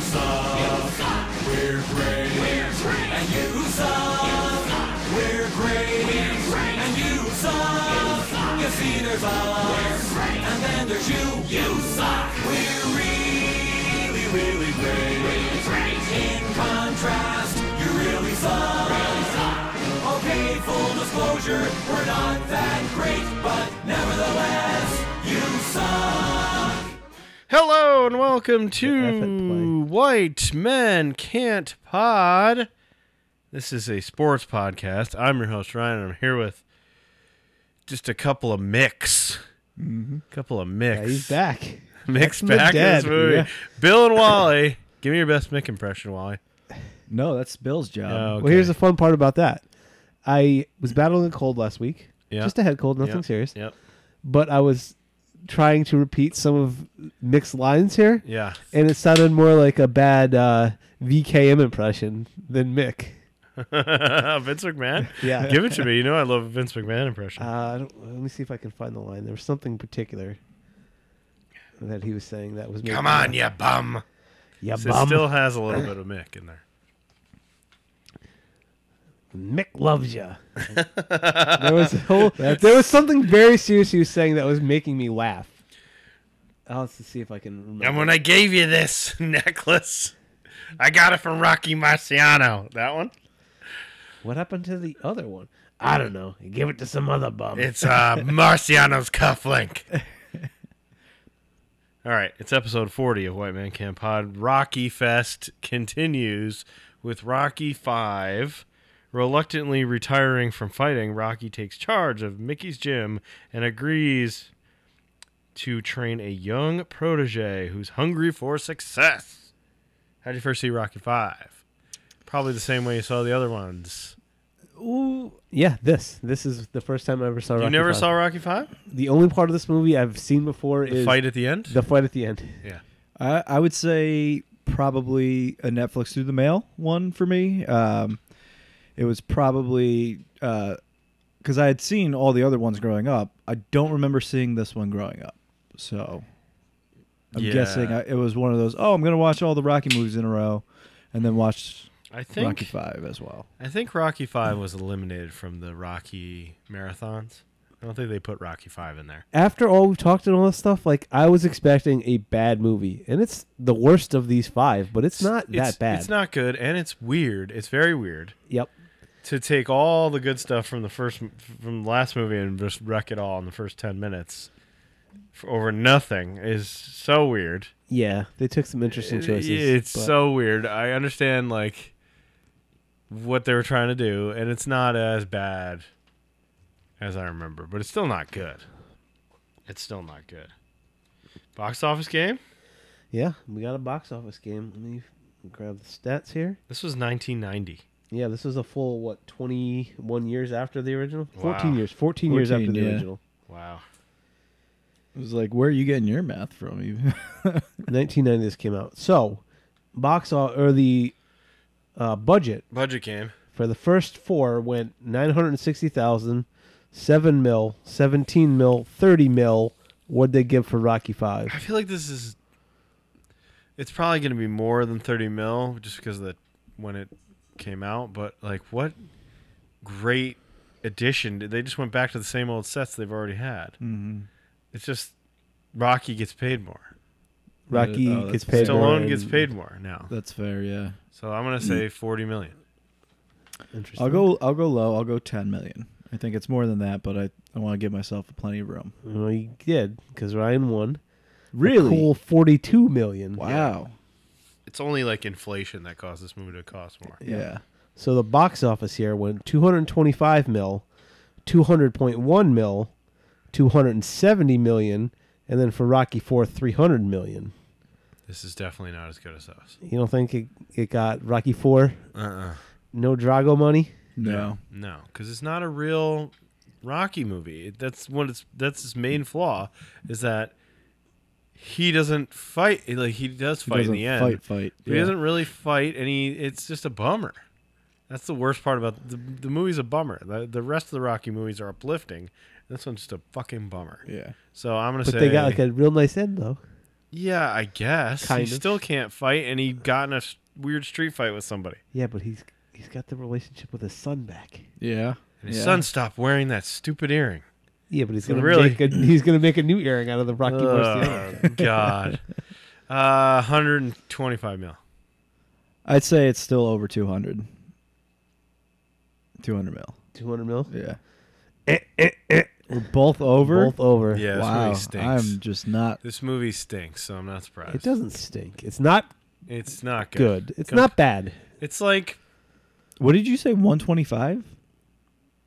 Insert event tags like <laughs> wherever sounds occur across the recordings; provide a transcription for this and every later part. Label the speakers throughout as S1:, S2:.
S1: suck. We're great. And you suck. We're great. And you suck. You see, there's us. And then there's you. You suck. We're really, really great. In contrast, you really suck. Okay, full disclosure, we're not that great, but nevertheless, you suck.
S2: Hello and welcome
S3: F at play.
S2: to White Men Can't Pod. This is a sports podcast. I'm your host Ryan, and I'm here with just a couple of mix, couple of mix,
S3: Mm-hmm. Yeah, he's back.
S2: mix
S3: From the
S2: back in this
S3: dead,
S2: movie.
S3: yeah.
S2: Bill and Wally, give me your best Mick impression, Wally.
S3: No, that's Bill's job.
S2: Oh, okay.
S3: Well, here's the fun part about that. I was battling a cold last week.
S2: Yeah.
S3: Just a head cold, nothing
S2: Yep,
S3: serious.
S2: Yep.
S3: But I was trying to repeat some of Mick's lines here,
S2: Yeah. <laughs>
S3: and it sounded more like a bad uh, VKM impression than Mick.
S2: Vince McMahon.
S3: Yeah.
S2: Give it to me. You know I love a Vince McMahon impression.
S3: Uh, I don't, let me see if I can find the line. There was something particular that he was saying that was.
S2: Come on, you bum.
S3: yeah,
S2: So it still has a little bit of Mick in there.
S3: Mick loves you.
S2: <laughs>
S3: there was a whole, there was something very serious he was saying that was making me laugh. I'll have to see if I can remember.
S2: And when I gave you this <laughs> necklace, I got it from Rocky Marciano. That one?
S3: what happened to the other one? I don't know. He gave it to some other bum.
S2: It's uh, Marciano's cufflink. <laughs> All right, it's episode 40 of White Man Can't Pod. Rocky Fest continues with Rocky 5. Reluctantly retiring from fighting, Rocky takes charge of Mickey's gym and agrees to train a young protege who's hungry for success. How'd you first see Rocky 5? Probably the same way you saw the other ones.
S3: Ooh, yeah, this. This is the first time I ever saw
S2: You
S3: Rocky
S2: never
S3: V.
S2: saw Rocky 5?
S3: The only part of this movie I've seen before
S2: The
S3: is
S2: fight at the end?
S3: the fight at the end.
S2: yeah.
S4: I, I would say probably a Netflix through the mail one for me. Um, it was probably because I had seen all the other ones growing up. I don't remember seeing this one growing up, so I'm
S2: Yeah.
S4: guessing I, it was one of those. Oh, I'm gonna watch all the Rocky movies in a row, and then watch
S2: I think
S4: Rocky Five as well.
S2: I think Rocky Five was eliminated from the Rocky marathons. I don't think they put Rocky Five in there.
S3: After all we've talked and all this stuff, like I was expecting a bad movie, and it's the worst of these five, but it's not that bad.
S2: It's not good, and it's weird. It's very weird
S3: Yep.
S2: to take all the good stuff from the first from the last movie and just wreck it all in the first ten minutes for, over nothing is so weird.
S3: Yeah, they took some interesting
S2: It-
S3: choices.
S2: It's
S3: but-
S2: so weird. I understand like what they were trying to do, and it's not as bad as I remember, but it's still not good. It's still not good. Box office game.
S3: Yeah, we got a box office game. Let me grab the stats here.
S2: This was 1990.
S3: Yeah, this was a full what twenty one years after the original. Fourteen
S2: Wow.
S3: years. Fourteen, years after
S4: 14,
S3: the
S4: yeah.
S3: original.
S2: Wow.
S4: It was like, where are you getting your math from? You- <laughs>
S3: Nineteen ninety this came out. So box o- or the uh, budget
S2: Budget game.
S3: for the first four went nine hundred and sixty thousand, seven mil, seventeen mil, thirty mil. What'd they give for Rocky Five?
S4: Uh,
S2: I feel like this is. It's probably going to be more than 30 mil just because of the when it came out. But like, what great addition! They just went back to the same old sets they've already had.
S4: Mm-hmm.
S2: It's just Rocky gets paid more.
S3: Rocky
S4: Oh,
S3: gets paid
S4: that's-
S3: more.
S2: Stallone
S3: and-
S2: gets paid more now.
S4: That's fair, yeah.
S2: So I'm gonna say 40 million.
S3: Interesting.
S4: I'll go. I'll go low. I'll go ten million. I think it's more than that, but I, I want to give myself plenty of room.
S3: Well, he did because Ryan won.
S4: Really?
S3: A cool forty-two million.
S4: Wow.
S2: It's only like inflation that caused this movie to cost more.
S4: yeah.
S3: So the box office here went 225 mil, 200.1 mil, 270 million, and then for Rocky Four, 300 million.
S2: This is definitely not as good as us.
S3: You don't think it, it got Rocky Four?
S2: Uh-uh.
S3: No Drago money.
S4: No.
S2: No, because it's not a real Rocky movie. It- That's what it's. That's his main flaw is that he doesn't fight. Like he does
S4: He
S2: fight in
S4: doesn't
S2: the end.
S4: Fight, fight.
S2: But He doesn't really fight, and he it's just a bummer. That's the worst part about the the movie's a bummer. The, the rest of the Rocky movies are uplifting. This one's just a fucking bummer.
S4: Yeah.
S2: So I'm gonna
S3: But
S2: say
S3: they got like a real nice end though.
S2: Yeah, I guess.
S3: Kind
S2: he
S3: of.
S2: still can't fight, and he got in a s- weird street fight with somebody.
S3: Yeah, but he's he's got the relationship with his son back.
S4: Yeah.
S2: And his son stopped wearing that stupid earring.
S3: Yeah, but he's
S2: So
S3: gonna
S2: really-
S3: make a, he's gonna make a new earring out of Uh, the Rocky Marciano.
S2: Oh, God. <laughs> Uh, 125 mil.
S4: I'd say it's still over 200. 200 mil.
S3: Two hundred mil.
S4: Yeah. We're both over.
S3: Both over.
S2: Yeah, this
S4: wow.
S2: movie stinks.
S4: I'm just not.
S2: This movie stinks, so I'm not surprised.
S3: It doesn't stink. It's not
S2: It's not good.
S3: good. It's
S2: Com-
S3: not bad.
S2: It's like
S4: What did you say? 125?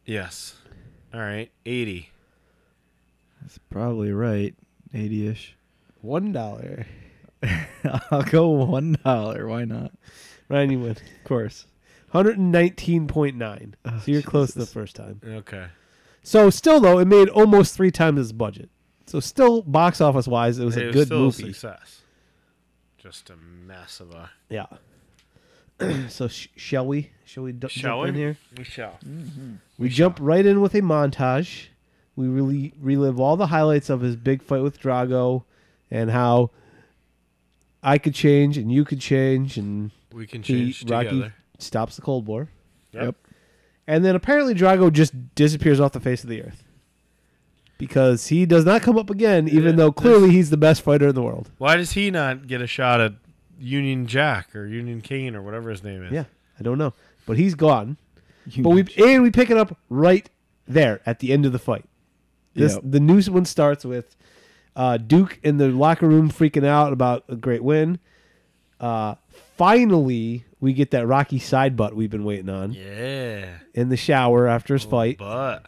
S2: yes. All right, 80.
S4: That's probably right. 80 ish.
S3: One dollar.
S4: <laughs> I'll go one dollar. Why not?
S3: Ryan, you win.
S4: Of course.
S3: Hundred and nineteen point nine.
S4: Oh,
S3: so you're close the
S4: Jesus.
S3: first time.
S2: Okay.
S3: So still though, it made almost three times its budget. So still, box office wise, it was a
S2: was
S3: good
S2: still
S3: movie.
S2: a success. Just a mess of a
S3: Yeah. <clears throat> so sh- shall we? Shall we d-
S2: Shall
S3: jump in
S2: we?
S3: here? Hmm.
S2: we shall.
S3: We, jump right in with a montage. We really relive all the highlights of his big fight with Drago, and how I could change and you could change, and
S2: We can
S3: he,
S2: change
S3: Rocky
S2: together.
S3: stops the Cold War.
S2: Yep.
S3: And then apparently Drago just disappears off the face of the earth. Because he does not come up again, even
S2: Yeah,
S3: though clearly he's the best fighter in the world.
S2: Why does he not get a shot at Union Jack or Union Kane or whatever his name is?
S3: Yeah, I don't know. But he's gone.
S4: You-
S3: But we and we pick it up right there at the end of the fight. This
S4: Yep.
S3: the news one starts with uh, Duke in the locker room freaking out about a great win. Uh, finally, we get that Rocky side butt we've been waiting on
S2: Yeah.
S3: in the shower after his fight,
S2: But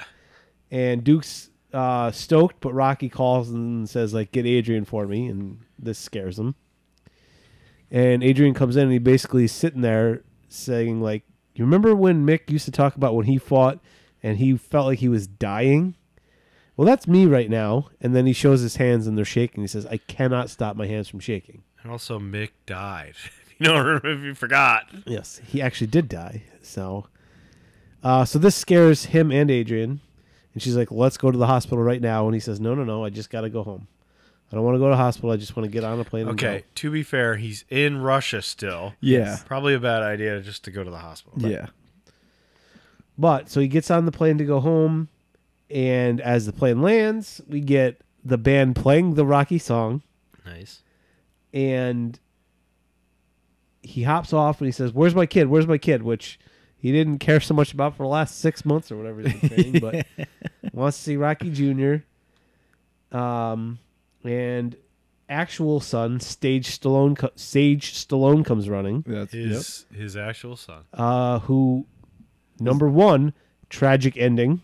S3: and Duke's uh, stoked, but Rocky calls and says like, "Get Adrian for me," and this scares him. And Adrian comes in and he basically is sitting there saying like, "You remember when Mick used to talk about when he fought and he felt like he was dying?" Well, that's me right now. And then he shows his hands and they're shaking. He says, "I cannot stop my hands from shaking."
S2: and also Mick died. <laughs> you don't remember if you forgot.
S3: Yes, he actually did die. So, uh, so this scares him and Adrian, and she's like, "Let's go to the hospital right now." And he says, "No, no, no. I just got to go home. I don't want to go to the hospital. I just want to get on a plane." and go."
S2: Okay, to be fair, he's in Russia still.
S4: Yeah.
S2: Probably a bad idea just to go to the hospital.
S4: Yeah.
S3: But so he gets on the plane to go home, and as the plane lands, we get the band playing the Rocky song,
S2: Nice.
S3: and he hops off and he says, "Where's my kid? Where's my kid?" Which he didn't care so much about for the last six months or whatever he's been saying, but wants to see Rocky Junior. Um, and actual son Stage Stallone, co- Sage Stallone comes running,
S4: That's
S2: His his actual son.
S3: uh, who number one tragic ending.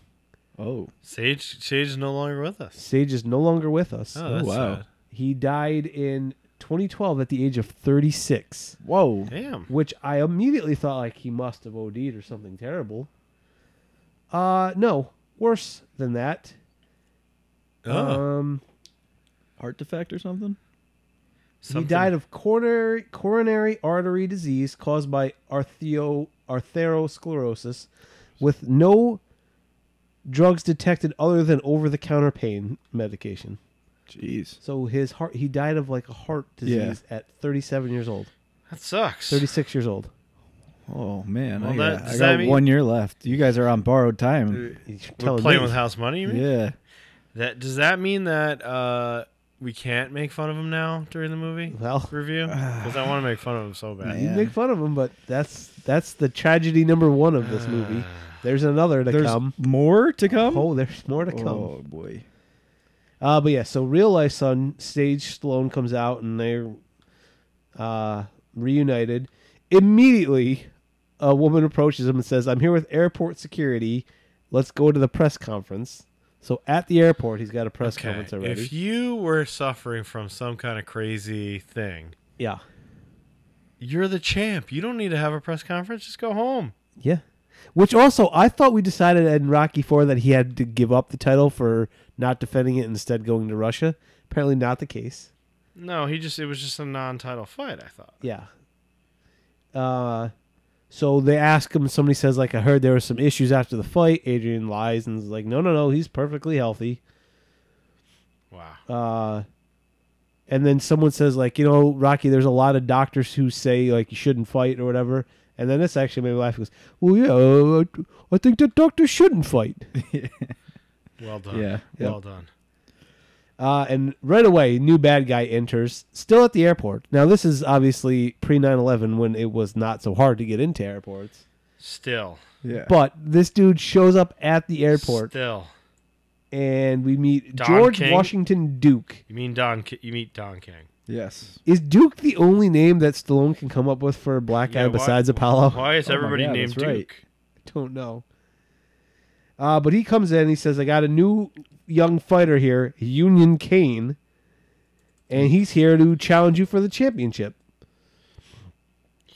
S4: yep. Oh.
S2: Sage Sage is no longer with us.
S3: Sage is no longer with us.
S2: Oh, that's
S4: wow.
S2: sad.
S3: He died in 2012 at the age of 36,
S4: Whoa.
S2: Damn.
S3: which I immediately thought like he must have OD'd or something terrible. Uh, no, worse than that.
S2: Oh,
S3: Um,
S4: Heart defect or something?
S2: something-
S3: He died of coronary coronary artery disease caused by artheo, artherosclerosis, with no drugs detected other than over the counter pain medication.
S4: Jeez.
S3: So his heart he died of like a heart disease at 37 years old,
S2: That sucks.
S3: 36 years old.
S4: Oh man.
S2: Well, that-
S4: I got, I
S2: does
S4: got
S2: that mean-
S4: one year left. You guys are on borrowed time.
S3: He's
S2: We're
S3: telling
S2: playing
S3: me.
S2: with house money. You mean?
S4: Yeah.
S2: That does that mean that uh, we can't make fun of him now during the
S4: <sighs>
S2: movie
S3: well,
S2: review? Because I want to make fun of him so bad.
S3: you
S4: Man.
S3: make fun of him, but that's that's the tragedy number one of this movie.
S2: Ah.
S3: There's another to
S4: There's
S3: come.
S4: more to come.
S3: Oh, there's more to come.
S4: Oh, boy.
S3: Uh, but yeah, so real life son, Sage Stallone comes out and they're uh, reunited. Immediately, a woman approaches him and says, I'm here with airport security. Let's go to the press conference. So at the airport, he's got a press
S2: Okay,
S3: conference already.
S2: If you were suffering from some kind of crazy thing,
S3: yeah.
S2: you're the champ. You don't need to have a press conference. Just go home.
S3: Yeah. Which also, I thought we decided in Rocky Four that he had to give up the title for not defending it, instead going to Russia. Apparently, not the case.
S2: No, he just it was just a non-title fight. I thought.
S3: Yeah. Uh, so they ask him. Somebody says like, "I heard there were some issues after the fight." Adrian lies and is like, "No, no, no, he's perfectly healthy."
S2: Wow.
S3: Uh, and then someone says like, you know, Rocky, there's a lot of doctors who say like you shouldn't fight or whatever. And then this actually made me laugh. He goes, well, yeah, uh, I- I think that doctors shouldn't fight.
S2: Well done.
S4: Yeah, yeah.
S2: Well done.
S3: Uh, and right away, new bad guy enters, still at the airport. Now, this is obviously pre 9 11 when it was not so hard to get into airports.
S2: Still.
S4: Yeah.
S3: But this dude shows up at the airport,
S2: Still.
S3: and we meet
S2: Don
S3: George
S2: King?
S3: Washington Duke.
S2: You mean Don? Ki- You meet Don King?
S4: yes.
S3: Is Duke the only name that Stallone can come up with for a black guy
S2: Yeah, why-
S3: besides Apollo? <laughs>
S2: Why is
S4: Oh my
S2: everybody
S4: God,
S2: named
S4: that's right.
S2: Duke?
S3: don't know. Uh, but he comes in. He says, "I got a new young fighter here, Union Kane,
S2: Hmm.
S3: and he's here to challenge you for the championship."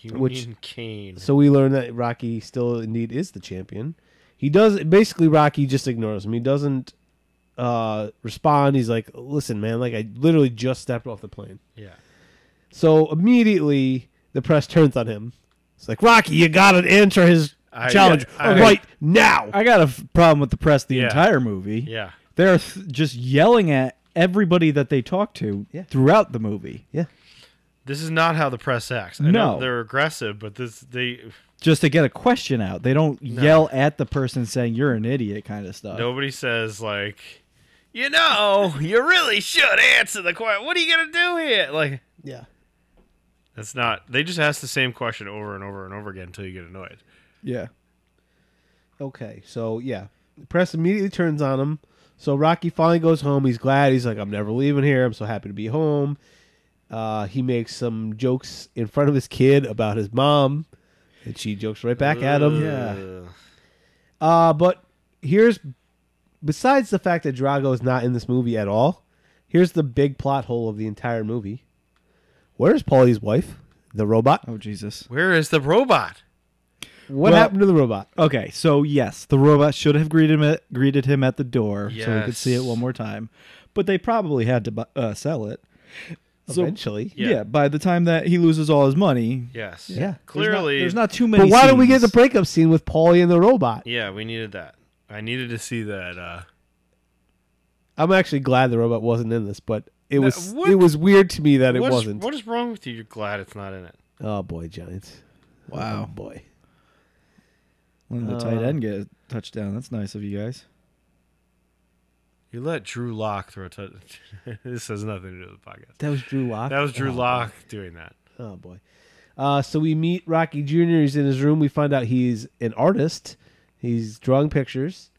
S2: Union
S3: Which-
S2: Kane.
S3: So we learn that Rocky still indeed is the champion. He does basically Rocky just ignores him. He doesn't uh, respond. He's like, "Listen, man, like I literally just stepped off the plane."
S2: Yeah.
S3: So immediately the press turns on him. It's like, "Rocky, you got to answer his
S2: I-
S3: challenge
S2: I-
S3: right now."
S4: I got a f- problem with the press the
S2: Yeah.
S4: entire movie.
S2: Yeah.
S4: They're th- just yelling at everybody that they talk to
S3: Yeah.
S4: throughout the movie.
S3: yeah.
S2: This is not how the press acts. I know
S4: No.
S2: they're aggressive, but this they
S4: Just to get a question out. They don't yell at the person saying you're an idiot kind of
S3: Uh,
S4: stuff.
S2: nobody says like, you know, you really should answer the question. What are you gonna do here? Like
S3: Yeah.
S2: that's not. They just ask the same question over and over and over again until you get annoyed.
S4: Yeah.
S3: Okay, so yeah, the press immediately turns on him. So Rocky finally goes home. He's glad. He's like, I'm never leaving here. I'm so happy to be home. Uh, he makes some jokes in front of his kid about his mom, and she jokes right back at him.
S2: Ugh.
S3: Uh, but here's, besides the fact that Drago is not in this movie at all, here's the big plot hole of the entire movie. Where's Paulie's wife? The robot?
S4: Oh Jesus.
S2: Where is the robot?
S3: What
S4: Well-
S3: happened to the robot?
S4: Okay, so yes, the robot should have greeted him at, greeted him at the door so we could see it
S2: Yes.
S4: one more time, but they probably had to bu- uh, sell it. So-
S3: Eventually.
S2: Yeah.
S4: yeah. by the time that he loses all his money,
S2: Yes.
S3: Yeah. There's not-
S2: Clearly,
S4: there's not, there's not too many.
S3: But why don't we get the
S4: scenes.
S3: breakup scene with Paulie and the robot?
S2: Yeah, we needed that. I needed to see that. Uh,
S3: I'm actually glad the robot wasn't in this, but it
S2: No,
S3: was
S2: what-
S3: it was weird to me that it
S2: what is-
S3: wasn't.
S2: what is wrong with you? You're glad it's not in it.
S3: Oh boy, Giants! Oh
S4: wow?
S3: boy,
S4: Let the tight end get a touchdown. That's nice of you guys.
S2: You let Drew Lock throw a touch. <laughs> this has nothing to do with the podcast.
S3: that was Drew Lock.
S2: That was Drew
S3: oh,
S2: Lock doing that.
S3: Boy. Oh boy. Uh, so we meet Rocky Jr. He's in his room. We find out he's an artist. He's drawing pictures.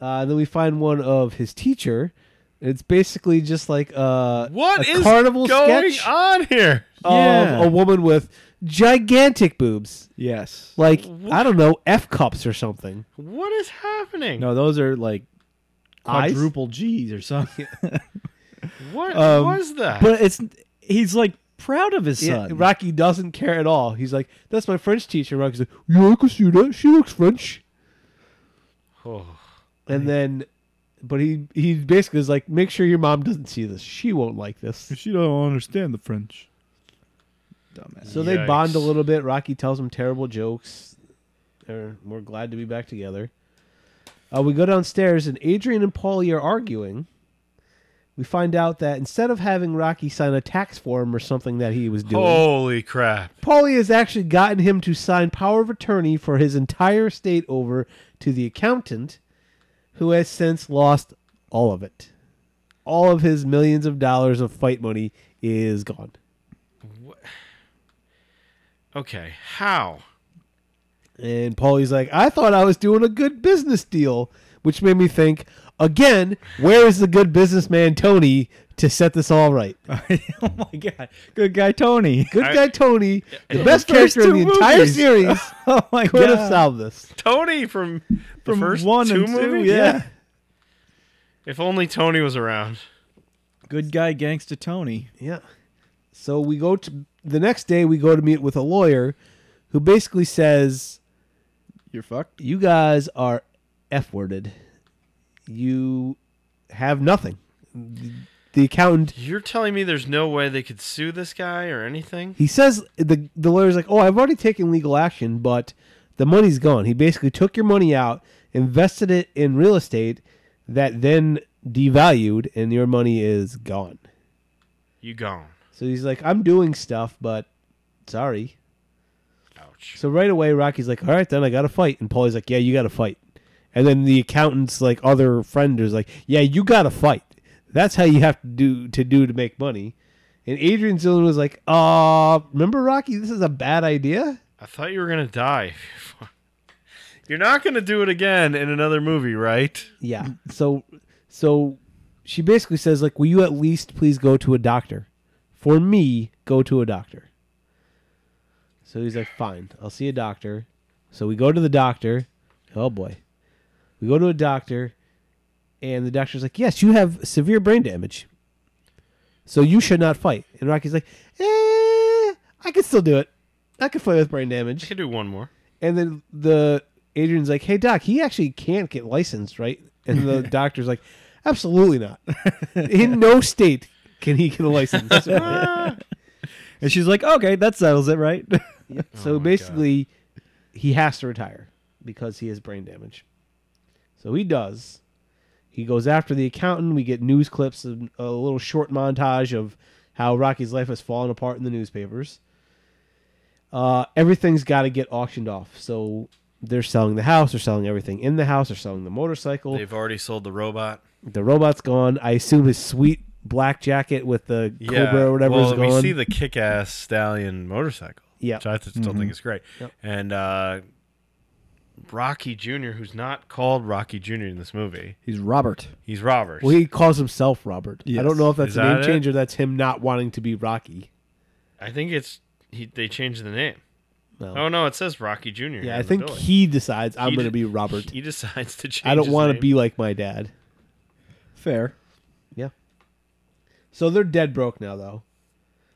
S3: Uh, and then we find one of his teacher. It's basically just like uh,
S2: What
S3: a
S2: is
S3: carnival
S2: going
S3: sketch
S2: on here?
S3: of
S4: Yeah.
S3: a woman with gigantic boobs,
S4: Yes.
S3: like
S2: Wha-
S3: I don't know, f cups or something.
S2: What is happening?
S4: No, those are like
S3: Eyes?
S4: quadruple G's or something.
S2: What
S4: Um,
S2: was that?
S4: but it's he's like proud of his
S3: Yeah,
S4: son.
S3: Rocky doesn't care at all. He's like, "That's my French teacher." Rocky's like, "Yeah, I can see that. She looks French."
S2: oh,
S3: And then, but he he basically is like, "Make sure your mom doesn't see this. She won't like this."
S4: <laughs> She don't understand the French. Dumbass. <laughs>
S3: So they bond a
S2: Yikes.
S3: little bit. Rocky tells him terrible jokes. They're, we're glad to be back together. Uh, we go downstairs, and Adrian and Paulie are arguing. We find out that instead of having Rocky sign a tax form or something that he was doing,
S2: holy crap!
S3: Paulie has actually gotten him to sign power of attorney for his entire estate over to the accountant, who has since lost all of it. All of his millions of dollars of fight money is gone.
S2: Okay, how?
S3: And Paulie's like, I thought I was doing a good business deal, which made me think, again, where is the good businessman Tony to set this all right?
S4: oh my god, good guy Tony.
S3: Good
S2: I-
S3: guy Tony, the
S2: In
S3: best
S4: the first
S3: character in the
S4: two
S3: entire
S4: movies.
S3: series,
S4: <laughs> oh my
S3: could
S4: god,
S3: have solved this.
S2: Tony from the
S4: From
S2: first
S4: one
S2: two
S4: and two,
S2: movies?
S4: yeah.
S2: If only Tony was around.
S4: good guy gangsta Tony.
S3: Yeah. So we go to the next day. We go to meet with a lawyer, who basically says,
S4: You're fucked.
S3: "You guys are f-worded. You have nothing." The accountant.
S2: You're telling me there's no way they could sue this guy or anything?
S3: He says the the lawyer's like, "Oh, I've already taken legal action, but the money's gone." He basically took your money out, invested it in real estate that then devalued, and your money is gone.
S2: You gone.
S3: So he's like, I'm doing stuff, but sorry.
S2: Ouch.
S3: So right away, Rocky's like, all right, then I got to fight. And Paulie's like, yeah, you got to fight. And then the accountant's like other friend is like, yeah, you got to fight. That's how you have to do to do to make money. And Adrian Zillian was like, uh, remember Rocky? This is a bad idea.
S2: I thought you were gonna die. <laughs> You're not gonna do it again in another movie, right?
S3: Yeah. Mm. So, so she basically says like, will you at least please go to a doctor? For me, go to a doctor. So he's like, fine, I'll see a doctor. So we go to the doctor. Oh boy, we go to a doctor, and the doctor's like, yes, you have severe brain damage. So you should not fight. And Rocky's like, eh, I can still do it. I can fight with brain damage.
S2: I could do one more.
S3: And then the Adrian's like, "Hey doc, he actually can't get licensed, right?" And the doctor's like, "Absolutely not. In no state can he get a license."
S4: And she's like, okay, that settles it, right? <laughs>
S2: Oh
S3: so basically, he has to retire because he has brain damage. So he does. He goes after the accountant. We get news clips, and a little short montage of how Rocky's life has fallen apart in the newspapers. Uh, everything's got to get auctioned off. So they're selling the house, they're selling everything in the house, they're selling the motorcycle.
S2: They've already sold the robot.
S3: the robot's gone. I assume his sweet black jacket with the cobra or whatever
S2: well,
S3: is gone.
S2: we see the kick-ass stallion motorcycle.
S3: Yeah. Mm-hmm.
S2: which I th- still think is great. And uh, Rocky Junior, who's not called Rocky Junior in this movie,
S4: He's Robert.
S2: he's Robert.
S3: well, he calls himself Robert. I don't
S4: Yes.
S3: know if that's
S2: Is
S3: a name
S2: that it?
S3: change or that's him not wanting to be Rocky.
S2: I think it's he, they changed the name.
S3: No.
S2: Oh no, it says Rocky Junior.
S3: Yeah, I think he decides I'm
S2: He
S3: going to
S2: d-
S3: be Robert.
S2: He decides to change.
S3: I don't
S2: want to
S3: be like my dad.
S4: Fair.
S3: So they're dead broke now, though.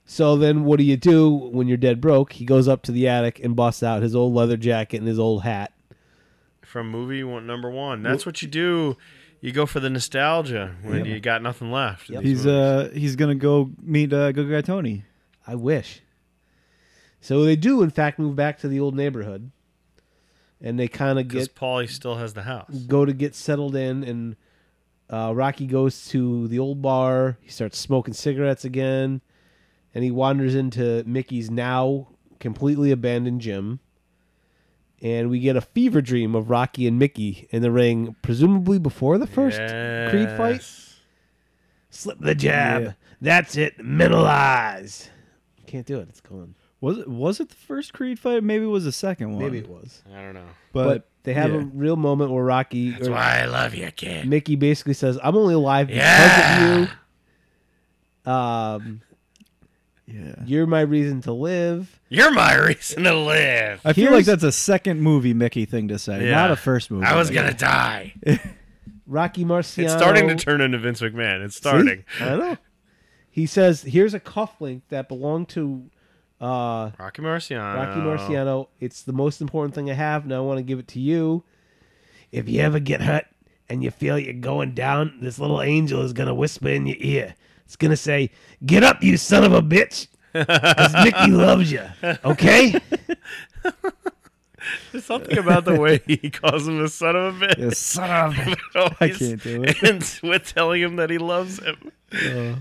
S3: So then, what do you do when you're dead broke? He goes up to the attic and busts out his old leather jacket and his old hat.
S2: from movie one, number one. That's what you do. You go for the nostalgia when you got nothing left. in
S3: Yep.
S2: these
S4: He's
S2: movies.
S4: uh he's gonna go meet uh, Good Guy Tony.
S3: I wish. So they do, in fact, move back to the old neighborhood, and they kind of
S2: because
S3: get
S2: Paulie still has the house.
S3: go to get settled in. And uh, Rocky goes to the old bar. He starts smoking cigarettes again, and he wanders into Mickey's now completely abandoned gym. And we get a fever dream of Rocky and Mickey in the ring, presumably before the first Creed fight.
S2: Yes.
S3: Slip the jab.
S4: Yeah.
S3: That's it. Mentalize. Can't do it. It's gone.
S4: Was it was it the first Creed fight? Maybe it was the second one.
S3: Maybe it was.
S2: I don't know.
S4: But,
S3: But, they have a
S4: yeah.
S3: real moment where Rocky or
S2: why I love you, kid.
S3: Mickey basically says, "I'm only alive because of you. Um,
S4: yeah.
S3: you're my reason to live."
S2: You're my reason to live.
S4: I feel
S3: Here's-
S4: like that's a second movie Mickey thing to say,
S2: Yeah.
S4: not a first
S3: <laughs>
S4: movie.
S2: die.
S3: Rocky Marciano.
S2: It's starting to turn into Vince McMahon. It's starting.
S3: I don't know. He says, "Here's a cufflink that belonged to uh,
S2: Rocky Marciano.
S3: Rocky Marciano. It's the most important thing I have, and I want to give it to you. If you ever get hurt and you feel you're going down, this little angel is going to whisper in your ear. It's going to say, Get up, you son of a bitch. Because
S2: <laughs>
S3: Mickey loves you. Okay?
S2: There's something about the way he <laughs> calls him a <laughs> son of a bitch.
S4: Yeah, son of a-
S2: I
S4: can't do it.
S2: Ends with telling him that he loves him.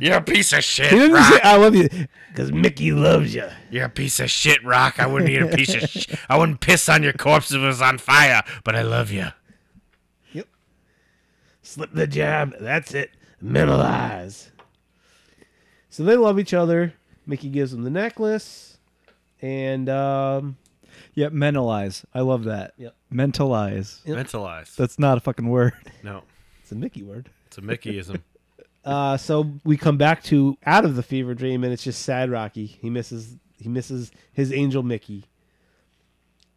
S2: You're a piece of shit,
S3: He doesn't say, I love you. Because Mickey loves you.
S2: You're a piece of shit, Rock. I wouldn't eat a piece of
S3: <laughs>
S2: shit. I wouldn't piss on your corpse if it was on fire, but I love you.
S3: Slip the jab. That's it. Mentalize. So they love each other. Mickey gives him the necklace. And um,
S4: yeah, mentalize. I love that.
S3: Yep.
S4: Mentalize.
S2: Mentalized.
S4: That's not a fucking word.
S2: no,
S3: it's a Mickey word.
S2: it's a Mickeyism.
S3: Uh, so we come back to out of the fever dream, and it's just sad Rocky. He misses he misses his angel Mickey.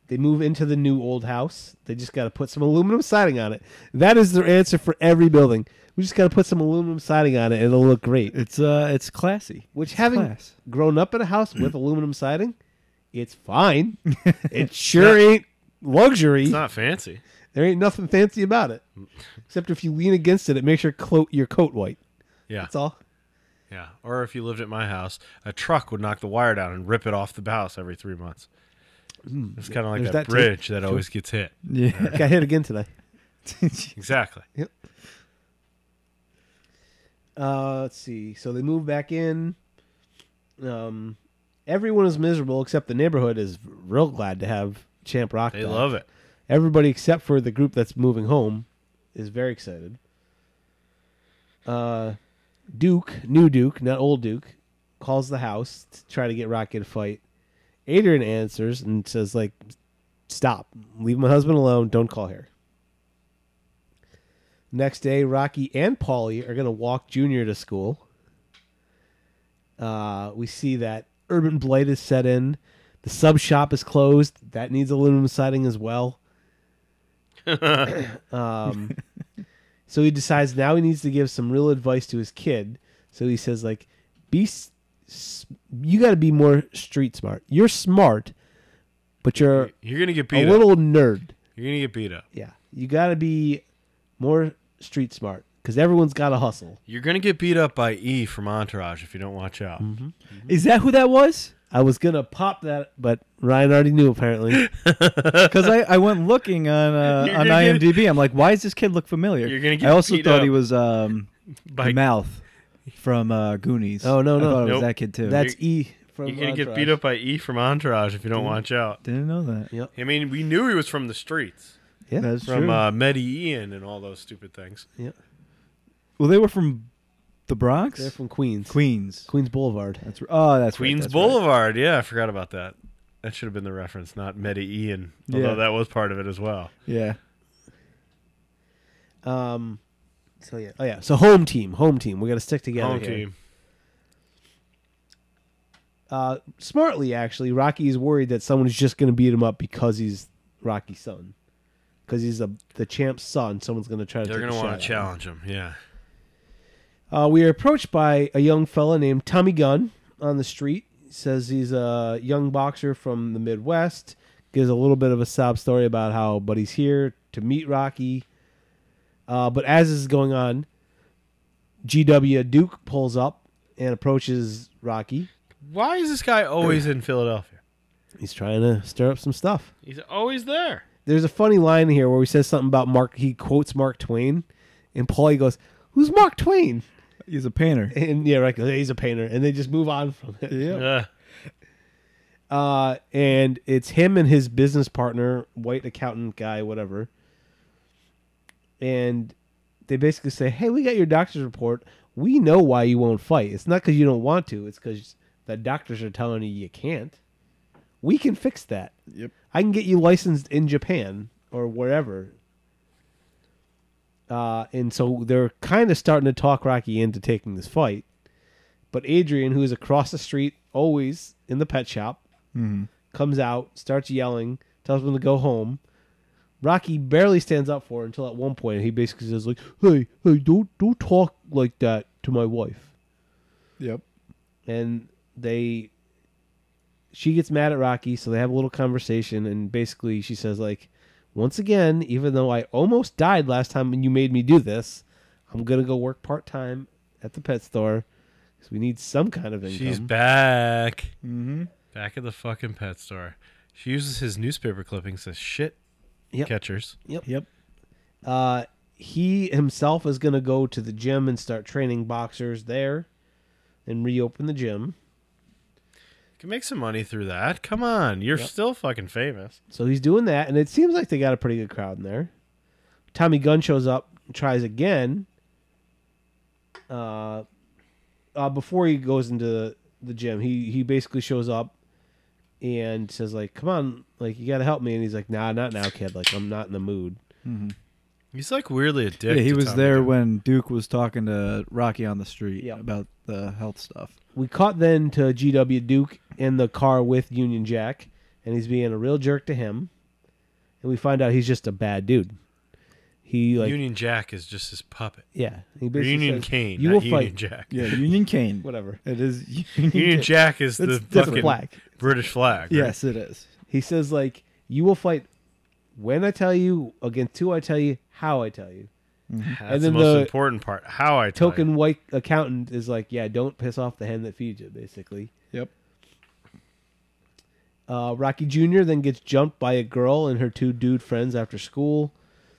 S3: They move into the new old house. They just got to put some aluminum siding on it. That is their answer for every building. We just got to put some aluminum siding on it, and it'll look great.
S4: It's uh it's classy.
S3: Which
S4: It's
S3: having
S4: class.
S3: grown up in a house with
S2: Mm.
S3: aluminum siding,
S2: <laughs>
S3: it's fine. it sure ain't luxury.
S2: It's not Mm. fancy.
S3: There ain't nothing fancy about it, except if you lean against it, it makes your coat your coat white.
S2: Yeah,
S3: That's all.
S2: yeah. Or if you lived at my house, a truck would knock the wire down and rip it off the house every three months. It's kind of like
S3: Hmm,
S2: that,
S3: there's that too.
S2: bridge that always gets hit.
S4: Yeah. <laughs>
S3: Got hit again today.
S2: Exactly.
S3: Uh, let's see. So they move back in. Um, everyone is miserable except the neighborhood is real glad to have Champ Rock.
S2: They
S3: back.
S2: love it.
S3: Everybody except for the group that's moving home is very excited. Uh, Duke, new Duke, not old Duke, calls the house to try to get Rocky to fight. Adrian answers and says, like, stop. Leave my husband alone. Don't call here. Next day, Rocky and Polly are going to walk Junior to school. Uh, we see that urban blight is set in. The sub shop is closed. That needs aluminum siding as well. um, so he decides now he needs to give some real advice to his kid. So he says, like, be, s- s- you got to be more street smart. You're smart, but you're
S2: You're gonna get
S3: a
S2: beat up.
S3: little nerd.
S2: You're gonna get beat up.
S3: Yeah, you got to be more street smart because everyone's got to hustle.
S2: You're gonna get beat up by E from Entourage if you don't watch out.
S3: Mm-hmm.
S4: Is that who that was?
S3: I was gonna pop that, but Ryan already
S2: <laughs>
S3: knew apparently.
S4: Because I, I went looking on uh,
S2: You're
S4: on
S2: gonna get-
S4: IMDb. I'm like, why does this kid look familiar?
S2: You're gonna get
S4: I also
S2: beat
S4: thought
S2: up.
S4: he was um,
S2: By
S4: the mouth from uh, Goonies.
S3: Oh, no,
S4: I
S3: no.
S4: thought it was
S2: Nope.
S4: that kid too.
S3: That's E from.
S2: you're gonna get
S3: Entourage. Mm-hmm.
S2: beat up by E from Entourage if you don't watch out.
S4: didn't know that.
S3: Yeah.
S2: I mean, we knew he was from the streets,
S3: Yeah,
S4: That's
S2: from
S4: true.
S2: uh, Medellin and all those stupid things.
S3: yeah.
S4: well, they were from the Bronx,
S3: They're from Queens.
S4: Queens.
S3: Queens Boulevard.
S4: That's r- oh, that's right,
S2: Queens
S4: that's right.
S2: Boulevard. Yeah, I forgot about that. That should have been the reference, not Medellin. Although
S4: Yeah.
S2: that was part of it as well.
S4: Yeah,
S3: Um. So yeah. Oh yeah. So home team. Home team. We got to stick together.
S2: Home
S3: here.
S2: team.
S3: Uh, smartly actually, Rocky is worried that someone's just gonna beat him up because he's Rocky's son. Because he's a, the champ's son, someone's going to try to.
S2: They're
S3: going
S2: gonna want to challenge him. Yeah.
S3: Uh, we are approached by a young fella named Tommy Gunn on the street. He says he's a young boxer from the Midwest. Gives a little bit of a sob story about how, but he's here to meet Rocky. Uh, but as this is going on, GW Duke pulls up and approaches Rocky.
S2: Why is this guy always in Philadelphia?
S3: He's trying to stir up some stuff.
S2: He's always there.
S3: There's a funny line here where he says something about Mark. He quotes Mark Twain, and Paulie goes, "Who's Mark Twain?"
S4: he's a painter.
S3: And yeah, Rocky goes, "He's a painter," and they just move on from it.
S2: Yeah.
S3: uh, and it's him and his business partner, white accountant guy, whatever. And they basically say, "Hey, we got your doctor's report. We know why you won't fight. It's not because you don't want to. It's because the doctors are telling you you can't. We can fix that.
S4: Yep.
S3: I can get you licensed in Japan or wherever." Uh, and so they're kind of starting to talk Rocky into taking this fight. But Adrian, who is across the street, always in the pet shop, comes out, starts yelling, tells him to go home. Rocky barely stands up for it until at one point he basically says like, "Hey, hey, don't don't talk like that to my wife."
S4: Yep.
S3: And they, she gets mad at Rocky, so they have a little conversation, and basically she says like, "Once again, even though I almost died last time when you made me do this, I'm gonna go work part time at the pet store because we need some kind of income."
S2: She's back. Mm-hmm. Back at the fucking pet store. She uses his newspaper clippings as shit
S3: Yep.
S2: catchers.
S4: Yep.
S3: Uh, he himself is going to go to the gym and start training boxers there and reopen the gym.
S2: Can make some money through that. Come on, you're still fucking famous.
S3: So he's doing that, and it seems like they got a pretty good crowd in there. Tommy Gunn shows up, tries again. Uh, uh, before he goes into the gym, he he basically shows up and says like, "Come on, like you got to help me." And he's like, "Nah, not now, kid. Like I'm not in the mood."
S2: He's like weirdly addicted.
S4: Yeah, he
S2: to
S4: was
S2: Tommy
S4: there
S2: Gunn.
S4: when Duke was talking to Rocky on the street
S3: Yep.
S4: about the health stuff.
S3: we caught then to GW Duke in the car with Union Jack, and he's being a real jerk to him. And we find out he's just a bad dude. He like
S2: Union Jack is just his puppet.
S3: yeah, he
S2: Or
S3: basically
S2: Union
S3: says,
S2: Kane,
S3: You
S2: not
S3: will
S2: Union
S3: fight
S2: Jack.
S4: Yeah, <laughs> Union Kane.
S3: whatever.
S2: <laughs>
S4: It is
S2: Union Jack is the
S3: That's, that's
S2: fucking
S3: a flag.
S2: British flag. right?
S4: Yes, it is.
S3: He says like you will fight when I tell you against who I tell you how I tell you.
S2: Mm-hmm. that's
S3: And
S2: the
S3: then
S2: most
S3: the
S2: important part. How I tell
S3: Token white accountant is like yeah, don't piss off the hen that feeds you. Basically,
S4: Yep.
S3: Uh, Rocky Jr. then gets jumped by a girl and her two dude friends after school.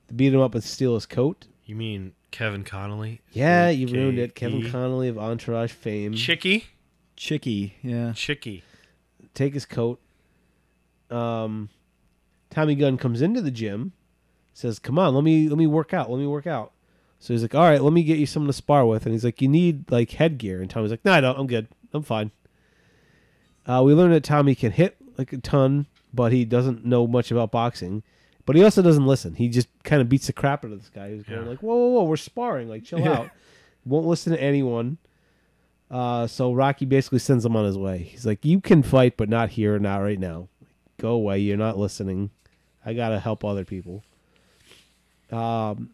S3: They beat him up and steal his coat.
S2: You. you mean Kevin Connolly?
S3: Yeah,
S2: Or
S3: you ruined it.
S2: K.E.?
S3: Kevin Connolly of Entourage fame.
S2: Chicky.
S4: Chicky, yeah.
S2: Chicky.
S3: take his coat. Um, Tommy Gunn comes into the gym, says, "Come on, let me let me work out. Let me work out." So he's like, "All right, let me get you something to spar with." And he's like, "You need like headgear." And Tommy's like, "No, I don't. I'm good. I'm fine." Uh, we learn that Tommy can hit like a ton, but he doesn't know much about boxing. But he also doesn't listen. He just kind of beats the crap out of this guy. He's going
S2: Yeah.
S3: like, "Whoa, whoa, whoa! We're sparring. Like, chill out." Won't listen to anyone. Uh, so Rocky basically sends him on his way. He's like, "You can fight, but not here, not right now. Go away. You're not listening. I gotta help other people." Um,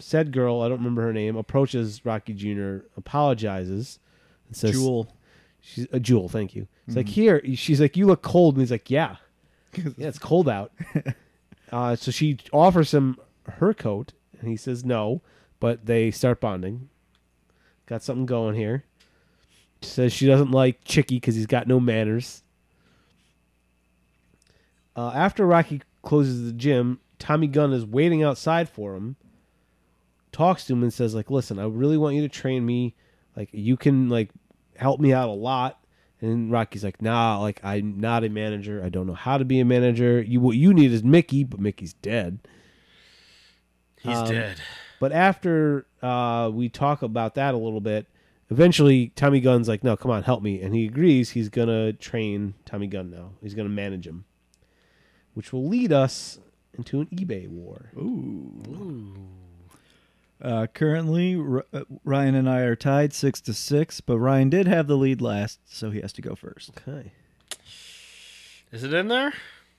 S3: said girl, I don't remember her name, approaches Rocky Jr., apologizes, and says,
S4: Jewel.
S3: she's a jewel. Thank you." It's like here. She's like, "You look cold," and he's like, "Yeah, <laughs> yeah, it's cold out." uh, so she offers him her coat, and he says no, but they start bonding. Got something going here. Says she doesn't like Chicky because he's got no manners. Uh, after Rocky closes the gym, Tommy Gunn is waiting outside for him. Talks to him and says, "Like, listen, I really want you to train me. Like, you can like help me out a lot." And Rocky's like, "Nah, like I'm not a manager. I don't know how to be a manager. You what you need is Mickey, but Mickey's dead."
S2: He's
S3: Um,
S2: dead.
S3: But after uh, we talk about that a little bit, eventually Tommy Gunn's like, "No, come on, help me," and he agrees. He's gonna train Tommy Gunn now. He's gonna manage him, which will lead us into an eBay war.
S4: Uh, currently, R- uh, Ryan and I are tied six to six, but Ryan did have the lead last, so he has to go first.
S3: Okay,
S2: Is it in there?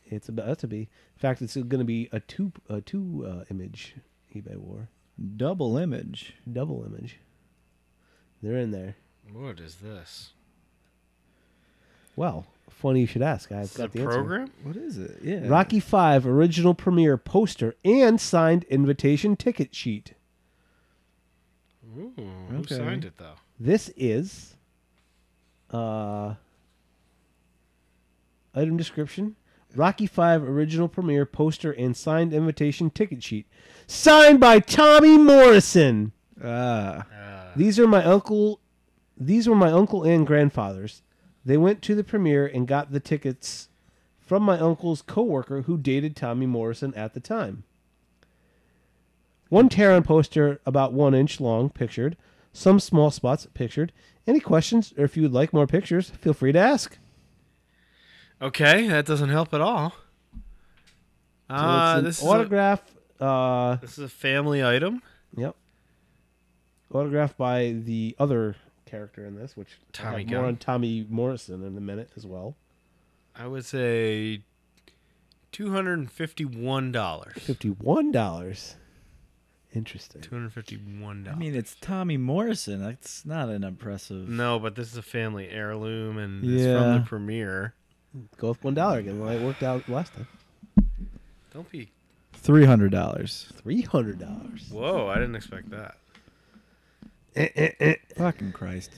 S3: it's about to be. In fact, it's gonna be a two a two uh, image eBay war,
S4: Double image.
S3: double image. They're in there.
S2: What is this?
S3: Well, funny you should ask. I've
S2: Is that
S3: got the answer.
S2: program?
S4: What is it? Yeah.
S3: Rocky Five original premiere poster and signed invitation ticket sheet.
S2: Ooh, who
S4: Okay.
S2: signed it though?
S3: This is uh item description. Rocky Five original premiere poster and signed invitation ticket sheet. Signed by Tommy Morrison.
S4: Ah,
S2: Uh,
S3: These are my uncle these were my uncle and grandfather's. They went to the premiere and got the tickets from my uncle's coworker who dated Tommy Morrison at the time. One tear on poster about one inch long pictured, some small spots pictured. Any questions or if you would like more pictures, feel free to ask.
S2: Okay, that doesn't help at all.
S3: So
S2: Ah,
S3: it's an
S2: this, is a,
S3: autograph uh
S2: this is a family item.
S3: yep. Autographed by the other character in this, which I
S2: Tommy
S3: have more
S2: Gunn.
S3: on Tommy Morrison in a minute as well.
S2: I would say two hundred and fifty-one dollars.
S3: Fifty-one dollars. Interesting.
S2: Two hundred fifty-one
S4: I
S2: dollars.
S4: mean, it's Tommy Morrison. That's not an impressive.
S2: no, but this is a family heirloom, and it's from
S4: Yeah.
S2: the premiere.
S3: Go with one dollar again. Well, it worked out last time.
S2: Don't be.
S4: Three hundred dollars.
S3: Three hundred dollars.
S2: Whoa, I didn't expect that.
S3: eh,
S4: Fucking Christ!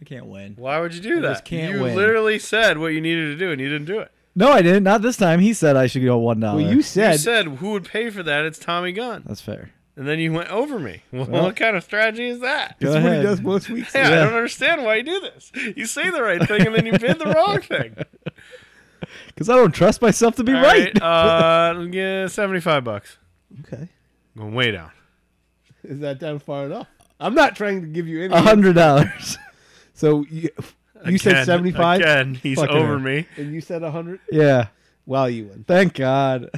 S4: I can't win.
S2: Why would you do that?
S4: just can't
S2: you
S4: win.
S2: literally said what you needed to do, and you didn't do it.
S4: No, I didn't. Not this time. He said I should go one dollar.
S3: Well, you said,
S2: You said who would pay for that? It's Tommy Gunn,
S4: That's fair.
S2: and then you went over me. <laughs> Well,
S4: Well-
S2: what kind of strategy is that? <laughs>
S4: Go ahead.
S3: most weeks.
S2: Yeah, I
S4: Yeah.
S2: don't understand why you do this. You say the right thing and then you bid the
S4: <laughs>
S2: wrong thing.
S4: Because I don't trust myself to be
S2: All
S4: right.
S2: right, uh, <laughs> yeah, seventy-five bucks.
S3: Okay.
S2: Going way down.
S3: Is that down far enough? I'm not trying to give you any.
S4: <laughs> A hundred dollars.
S3: <laughs>
S4: <laughs>
S3: So you, you
S2: Again,
S3: said seventy-five,
S2: Again, he's
S4: Fucking
S2: over
S4: hell.
S2: me.
S3: and you said hundred.
S4: yeah.
S3: Wow, you win. <laughs>
S4: Thank God.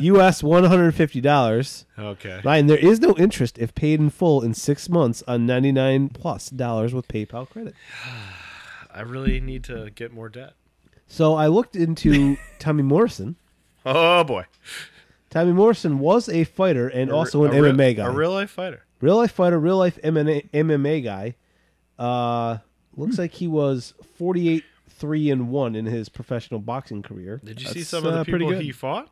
S3: U.S. one hundred fifty dollars.
S2: Okay.
S3: Ryan, there is no interest if paid in full in six months on ninety-nine plus dollars with PayPal credit.
S2: I really need to get more debt.
S3: So I looked <laughs> into Tommy Morrison.
S2: Oh boy.
S3: Tommy Morrison was a fighter and
S2: A re-
S3: also an
S2: a re-
S3: MMA guy.
S2: A real life fighter.
S3: real life fighter, real life MMA, MMA guy. Uh, looks like he was 48 3 and 1 in his professional boxing career.
S2: Did you see
S4: That's,
S2: some of the
S4: uh, pretty
S2: people
S4: good.
S2: he fought?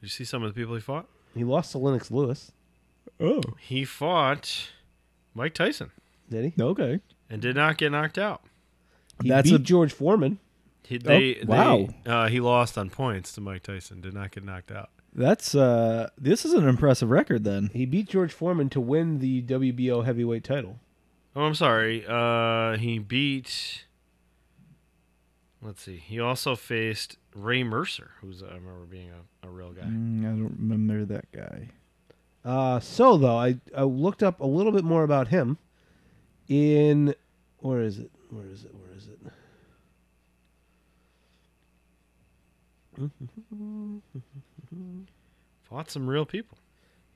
S2: Did you see some of the people he fought?
S3: He lost to Lennox Lewis,
S4: Oh.
S2: He fought Mike Tyson
S3: did he?
S4: Okay.
S2: and did not get knocked out.
S3: He
S4: That's
S3: beat
S4: a-
S3: George Foreman.
S2: He, they,
S4: Oh, wow.
S2: they- uh, he lost on points to Mike Tyson. Did not get knocked out.
S4: That's uh. This is an impressive record then.
S3: He beat George Foreman to win the WBO heavyweight title.
S2: Oh, I'm sorry. Uh, he beat. Let's see. He also faced Ray Mercer, who's I remember being a, a real guy.
S4: Mm, I don't remember that guy.
S3: Uh, so though I, I looked up a little bit more about him in where is it? Where is it? Where is it?
S2: Fought some real people.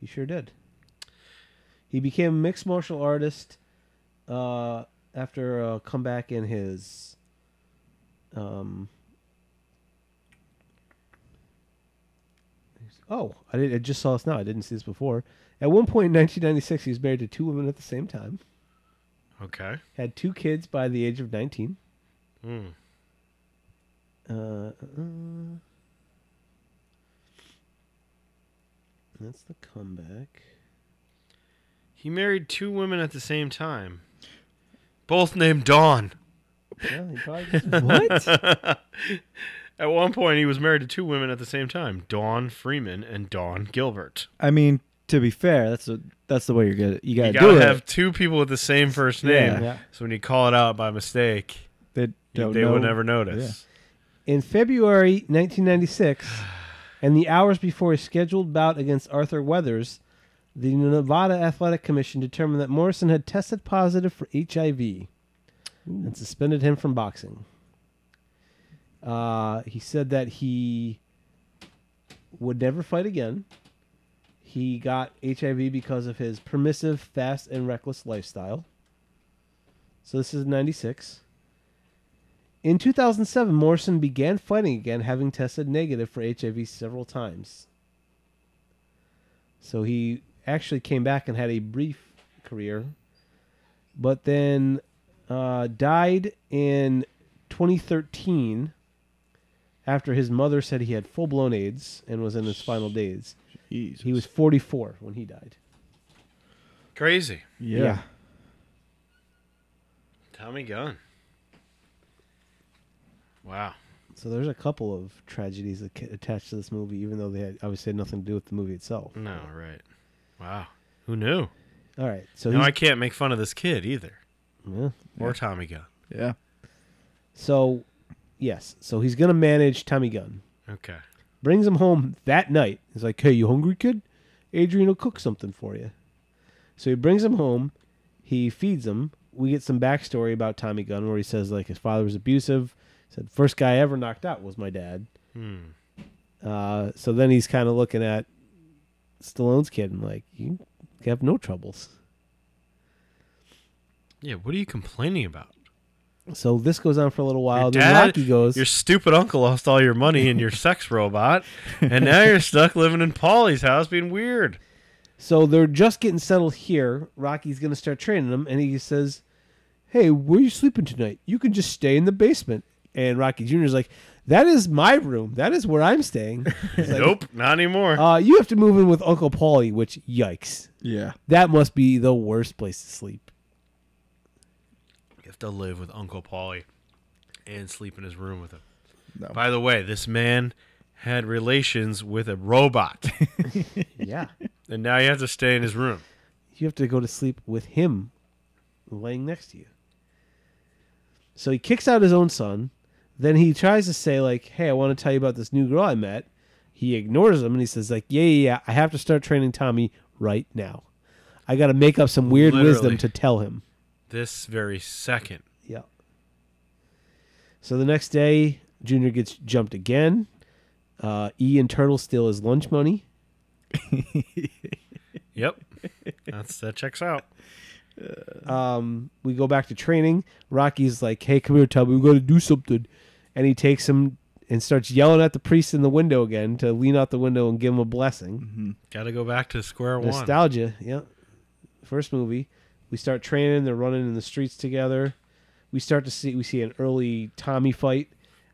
S3: He sure did. He became a mixed martial artist uh, after a comeback in his um Oh, I did I just saw this now. I didn't see this before. At one point in 1996, he was married to two women at the same time.
S2: Okay.
S3: Had two kids by the age of 19.
S2: Mm.
S3: Uh, uh, that's the comeback.
S2: He married two women at the same time, both named Dawn.
S3: Yeah, he probably
S4: What?
S2: At one point, he was married to two women at the same time: Dawn Freeman and Dawn Gilbert.
S4: I mean, to be fair, that's a, that's the way you're gonna you gotta,
S2: You gotta
S4: do
S2: have
S4: it.
S2: two people with the same first name,
S4: Yeah.
S3: Yeah.
S2: so when you call it out by mistake,
S4: They,
S2: you-
S4: don't
S2: they
S4: know.
S2: will never notice.
S3: in February 1996, and the hours before his scheduled bout against Arthur Weathers, the Nevada Athletic Commission determined that Morrison had tested positive for HIV and suspended him from boxing. Uh, he said that he would never fight again. He got HIV because of his permissive, fast, and reckless lifestyle. So this is 96. In 2007, Morrison began fighting again, having tested negative for HIV several times. So he actually came back and had a brief career, but then uh, died in 2013 after his mother said he had full blown AIDS and was in his final days.
S4: Jesus.
S3: He was 44 when he died.
S2: Crazy,
S4: yeah.
S3: Yeah.
S2: Tommy Gunn. Wow.
S3: So there's a couple of tragedies that ca- attached to this movie, even though they had obviously had nothing to do with the movie itself.
S2: No, right. Wow. Who knew?
S3: All right, so
S2: Now
S3: he's,
S2: I can't make fun of this kid either,
S3: yeah.
S2: or Tommy Gunn.
S4: yeah.
S3: So, yes. So he's going to manage Tommy Gunn.
S2: Okay.
S3: Brings him home that night. He's like, hey, you hungry, kid? Adrian will cook something for you. So he brings him home. He feeds him. We get some backstory about Tommy Gunn where he says, like, his father was abusive. Said, first guy I ever knocked out was my dad.
S2: Hmm.
S3: Uh, so then he's kind of looking at Stallone's kid and, like, you have no troubles.
S2: Yeah. What are you complaining about?
S3: So this goes on for a little while.
S2: Your
S3: then
S2: dad-
S3: Rocky goes.
S2: Your stupid uncle lost all your money in your sex robot, and
S4: <laughs>
S2: now you're stuck living in Polly's house being weird.
S3: So they're just getting settled here. Rocky's going to start training them, and he says, "Hey, where are you sleeping tonight? You can just stay in the basement." And Rocky Junior's like, "That is my room. That is where I'm staying." He's like,
S2: nope, not
S4: Oh,
S2: anymore.
S3: Uh, you have to move in with Uncle Paulie, which yikes.
S4: Yeah.
S3: That must be the worst place to sleep.
S2: you have to live with Uncle Polly and sleep in his room with him.
S4: No.
S2: By the way, this man had relations with a
S4: <laughs>
S2: robot,
S3: Yeah,
S2: and now you have to stay in his room.
S3: you have to go to sleep with him, laying next to you. So he kicks out his own son. Then he tries to say like, "Hey, I want to tell you about this new girl I met." He ignores him and he says like, "Yeah, yeah, yeah. I have to start training Tommy right now. I got to make up some weird wisdom
S2: Literally.
S3: to tell him."
S2: This very second.
S3: Yeah. So the next day, Junior gets jumped again. Uh, e and Turtle steal his lunch money.
S2: Yep, that's that checks out.
S3: Um, we go back to training. Rocky's like, "Hey, come here, Tubby. We got to do something," and he takes him and starts yelling at the priest in the window again to lean out the window and give him a blessing.
S2: Got to go back to square one.
S3: Nostalgia, yeah. First movie, we start training. They're running in the streets together. We start to see we see an early Tommy fight.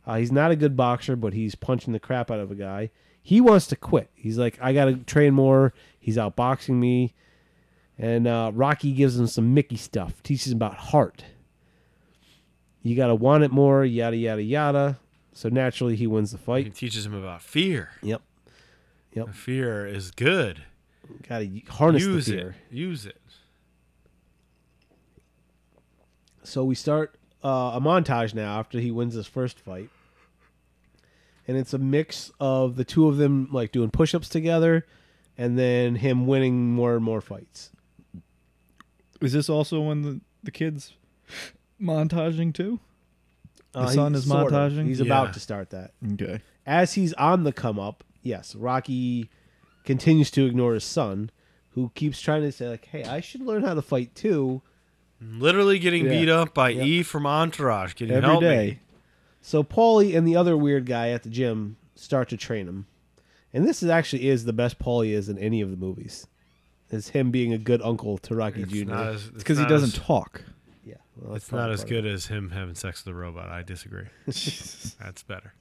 S3: Uh, he's not a good boxer, but he's punching the crap out of a guy. He wants to quit. He's like, I gotta train more. He's outboxing me, and uh, Rocky gives him some Mickey stuff. Teaches him about heart. You gotta want it more. Yada yada yada. So naturally, he wins the
S2: He
S3: fight.
S2: teaches him about fear.
S3: Yep.
S2: Fear is good.
S3: Gotta y- harness
S2: Use
S3: the
S2: it.
S3: fear.
S2: Use it.
S3: So we start uh, a montage now after he wins his first fight. And it's a mix of the two of them like doing push ups together and then him winning more and more fights.
S4: Is this also when the, the kids montaging too? The
S3: he-
S4: son is
S3: sort of.
S4: montaging?
S3: Uh, He's
S2: Yeah.
S3: about to start that.
S4: Okay.
S3: As he's on the come up, yes, Rocky continues to ignore his son, who keeps trying to say, like, hey, I should learn how to fight too.
S2: Literally getting
S4: Yeah.
S2: beat up by
S3: Yeah.
S2: E from Entourage. Can you
S4: Every
S2: help
S4: day.
S2: me?
S3: So Paulie and the other weird guy at the gym start to train him. And this is actually is the best Paulie is in any of the movies. Is him being a good uncle to Rocky
S2: It's
S3: Jr.
S2: not as-
S4: It's because he
S2: not as-
S4: doesn't talk.
S3: yeah. well, that's
S2: It's not
S3: a
S2: as
S3: part of it.
S2: good as him having sex with a robot. I disagree. That's better.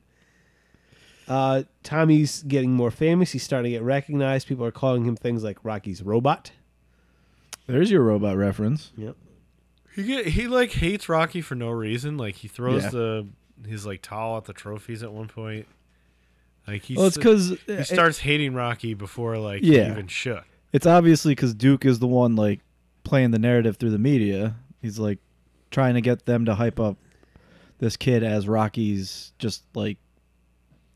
S3: Uh, Tommy's getting more famous. He's starting to get recognized. People are calling him things like Rocky's robot.
S4: There's your robot reference.
S3: Yep.
S2: He get, he like hates Rocky for no reason. Like he throws
S4: Yeah.
S2: the his like towel at the trophies at one point. Like he's,
S4: Well, it's because
S2: he starts hating Rocky before like he
S4: Yeah.
S2: even should.
S4: it's obviously because Duke is the one like playing the narrative through the media. He's like trying to get them to hype up this kid as Rocky's just like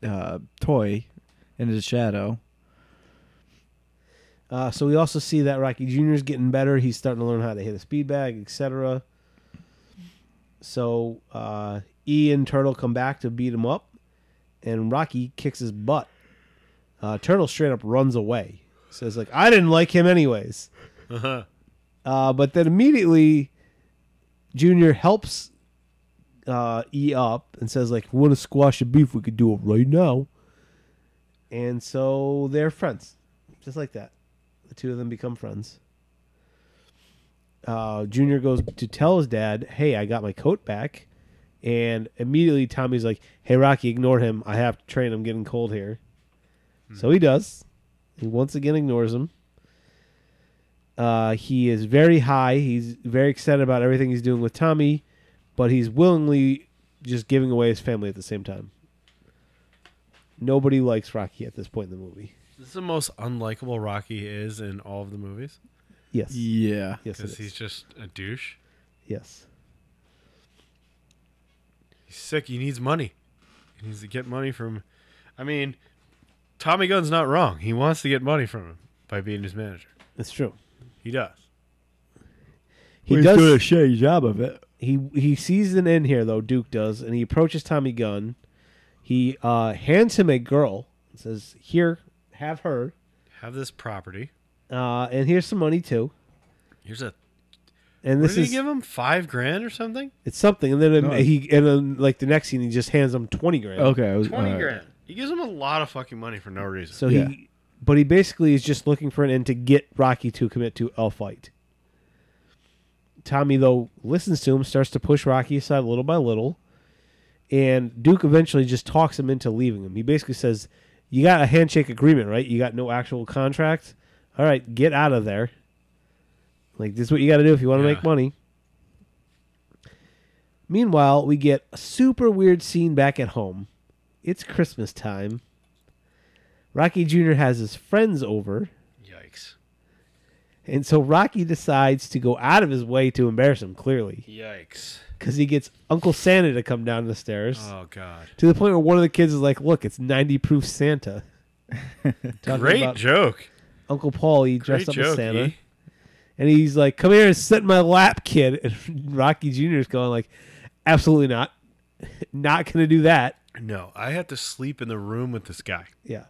S4: uh, toy in his shadow.
S3: Uh, so we also see that Rocky Jr. is getting better. He's starting to learn how to hit a speed bag, etc. So uh, E and Turtle come back to beat him up, and Rocky kicks his butt. Uh, Turtle straight up runs away. Says like, "I didn't like him anyways." Uh, but then immediately, Junior helps uh, E up and says like, "Want to squash a beef? We could do it right now." And so they're friends, just like that. The two of them become friends. Uh, Junior goes to tell his dad, "Hey, I got my coat back," and immediately Tommy's like, "Hey, Rocky, ignore him. I have to train. I'm getting cold here." So he does. He once again ignores him. Uh, he is very high. He's very excited about everything he's doing with Tommy, but he's willingly just giving away his family at the same time. Nobody likes Rocky at this point in the movie.
S2: This is the most unlikable Rocky is in all of the movies
S3: Yes.
S4: Yeah.
S3: Yes. it
S2: because
S3: is.
S2: he's just a douche.
S3: yes.
S2: He's sick. He needs money. He needs to get money from. I mean, Tommy Gunn's not wrong. He wants to get money from him by being his manager.
S3: That's true.
S2: He does.
S3: He
S4: he's
S3: does.
S4: doing a shitty job of it.
S3: he he sees an end here though. Duke does, and he approaches Tommy Gunn. He uh, hands him a girl and says, "Here, have her,
S2: Have this property.
S3: uh, and here's some money too."
S2: Here's a.
S3: And
S2: What
S3: this
S2: did
S3: is
S2: he give him? Five grand or something?
S3: it's something. And then um,
S4: No.
S3: he and then like the next scene, he just hands him twenty grand.
S2: Oh,
S4: Okay. I was,
S2: Twenty
S4: alright.
S2: grand. He gives him a lot of fucking money for no reason.
S3: So
S4: Yeah.
S3: he, but he basically is just looking for an end to get Rocky to commit to a fight. Tommy though listens to him, starts to push Rocky aside little by little, and Duke eventually just talks him into leaving him. He basically says, "You got a handshake agreement, right? You got no actual contract. All right, get out of there. Like this is what you got to do if you want to
S2: Yeah.
S3: make money." Meanwhile, we get a super weird scene back at home. It's Christmas time. Rocky Jr. has his friends over,
S2: Yikes!
S3: and so Rocky decides to go out of his way to embarrass him, clearly,
S2: Yikes!
S3: because he gets Uncle Santa to come down the stairs
S2: Oh god!
S3: to the point where one of the kids is like, Look, it's 90 proof Santa. Talking
S2: Great
S3: about
S2: joke.
S3: Uncle Paul, he
S2: Great
S3: dressed up as
S2: joke.
S3: Santa,
S2: E.
S3: and he's like, Come here and sit in my lap, kid. <laughs> And Rocky Jr. is going, like, Absolutely not. <laughs> not going to do that.
S2: No, I had to sleep in the room with this guy.
S3: Yeah.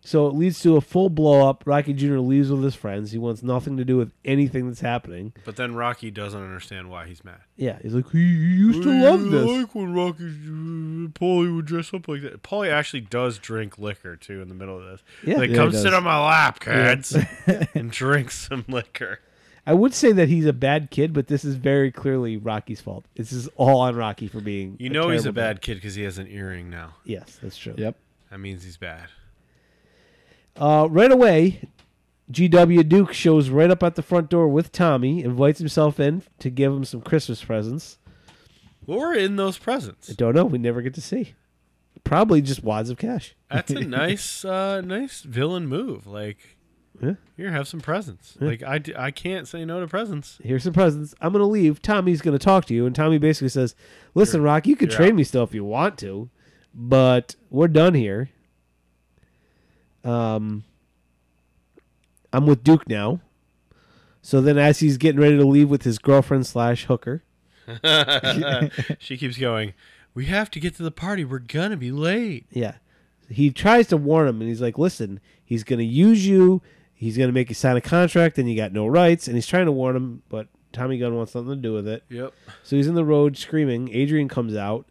S3: So it leads to a full blow up. Rocky Jr. leaves with his friends. He wants nothing to do with anything that's happening.
S2: But then Rocky doesn't understand why he's mad.
S3: Yeah, he's like, he used to love
S2: I
S3: this.
S2: like when Rocky, Paulie would dress up like that. Paulie actually does drink liquor too in the middle of this.
S3: Yeah.
S2: like
S4: Yeah,
S2: come
S4: he does.
S2: sit on my
S3: <laughs>
S2: lap, kids, and drink some liquor.
S3: I would say that he's a bad kid, but this is very clearly Rocky's fault. This is all on Rocky for being.
S2: You know he's a
S3: terrible
S2: bad kid because he has an earring now.
S3: dad. Yes, that's true.
S4: Yep.
S2: That means he's bad.
S3: Uh, right away, GW Duke shows right up at the front door with Tommy, invites himself in to give him some Christmas presents.
S2: What were in those
S3: I
S2: presents?
S3: don't know. We never get to see. Probably just wads of cash. <laughs>
S2: That's a nice, uh, nice villain move. Like
S3: Yeah.
S2: Here, have some presents. Like I, d- I can't say no to
S3: <laughs>
S2: presents. <laughs>
S3: Here's some presents. I'm gonna leave. Tommy's gonna talk to you, and Tommy basically says, "Listen, Rock, you could
S2: you're
S3: train
S2: out."
S3: me still if you want to, but we're done here. Um, I'm with Duke now. So then, as he's getting ready to leave with his girlfriend slash hooker,
S2: she keeps going. We have to get to the party. We're gonna be late.
S3: yeah, he tries to warn him, and he's like, "Listen, he's gonna use you. He's gonna make you sign a contract, and you got no rights." And he's trying to warn him, but Tommy Gunn wants nothing to do with it.
S2: Yep.
S3: So he's in the road screaming. Adrian comes out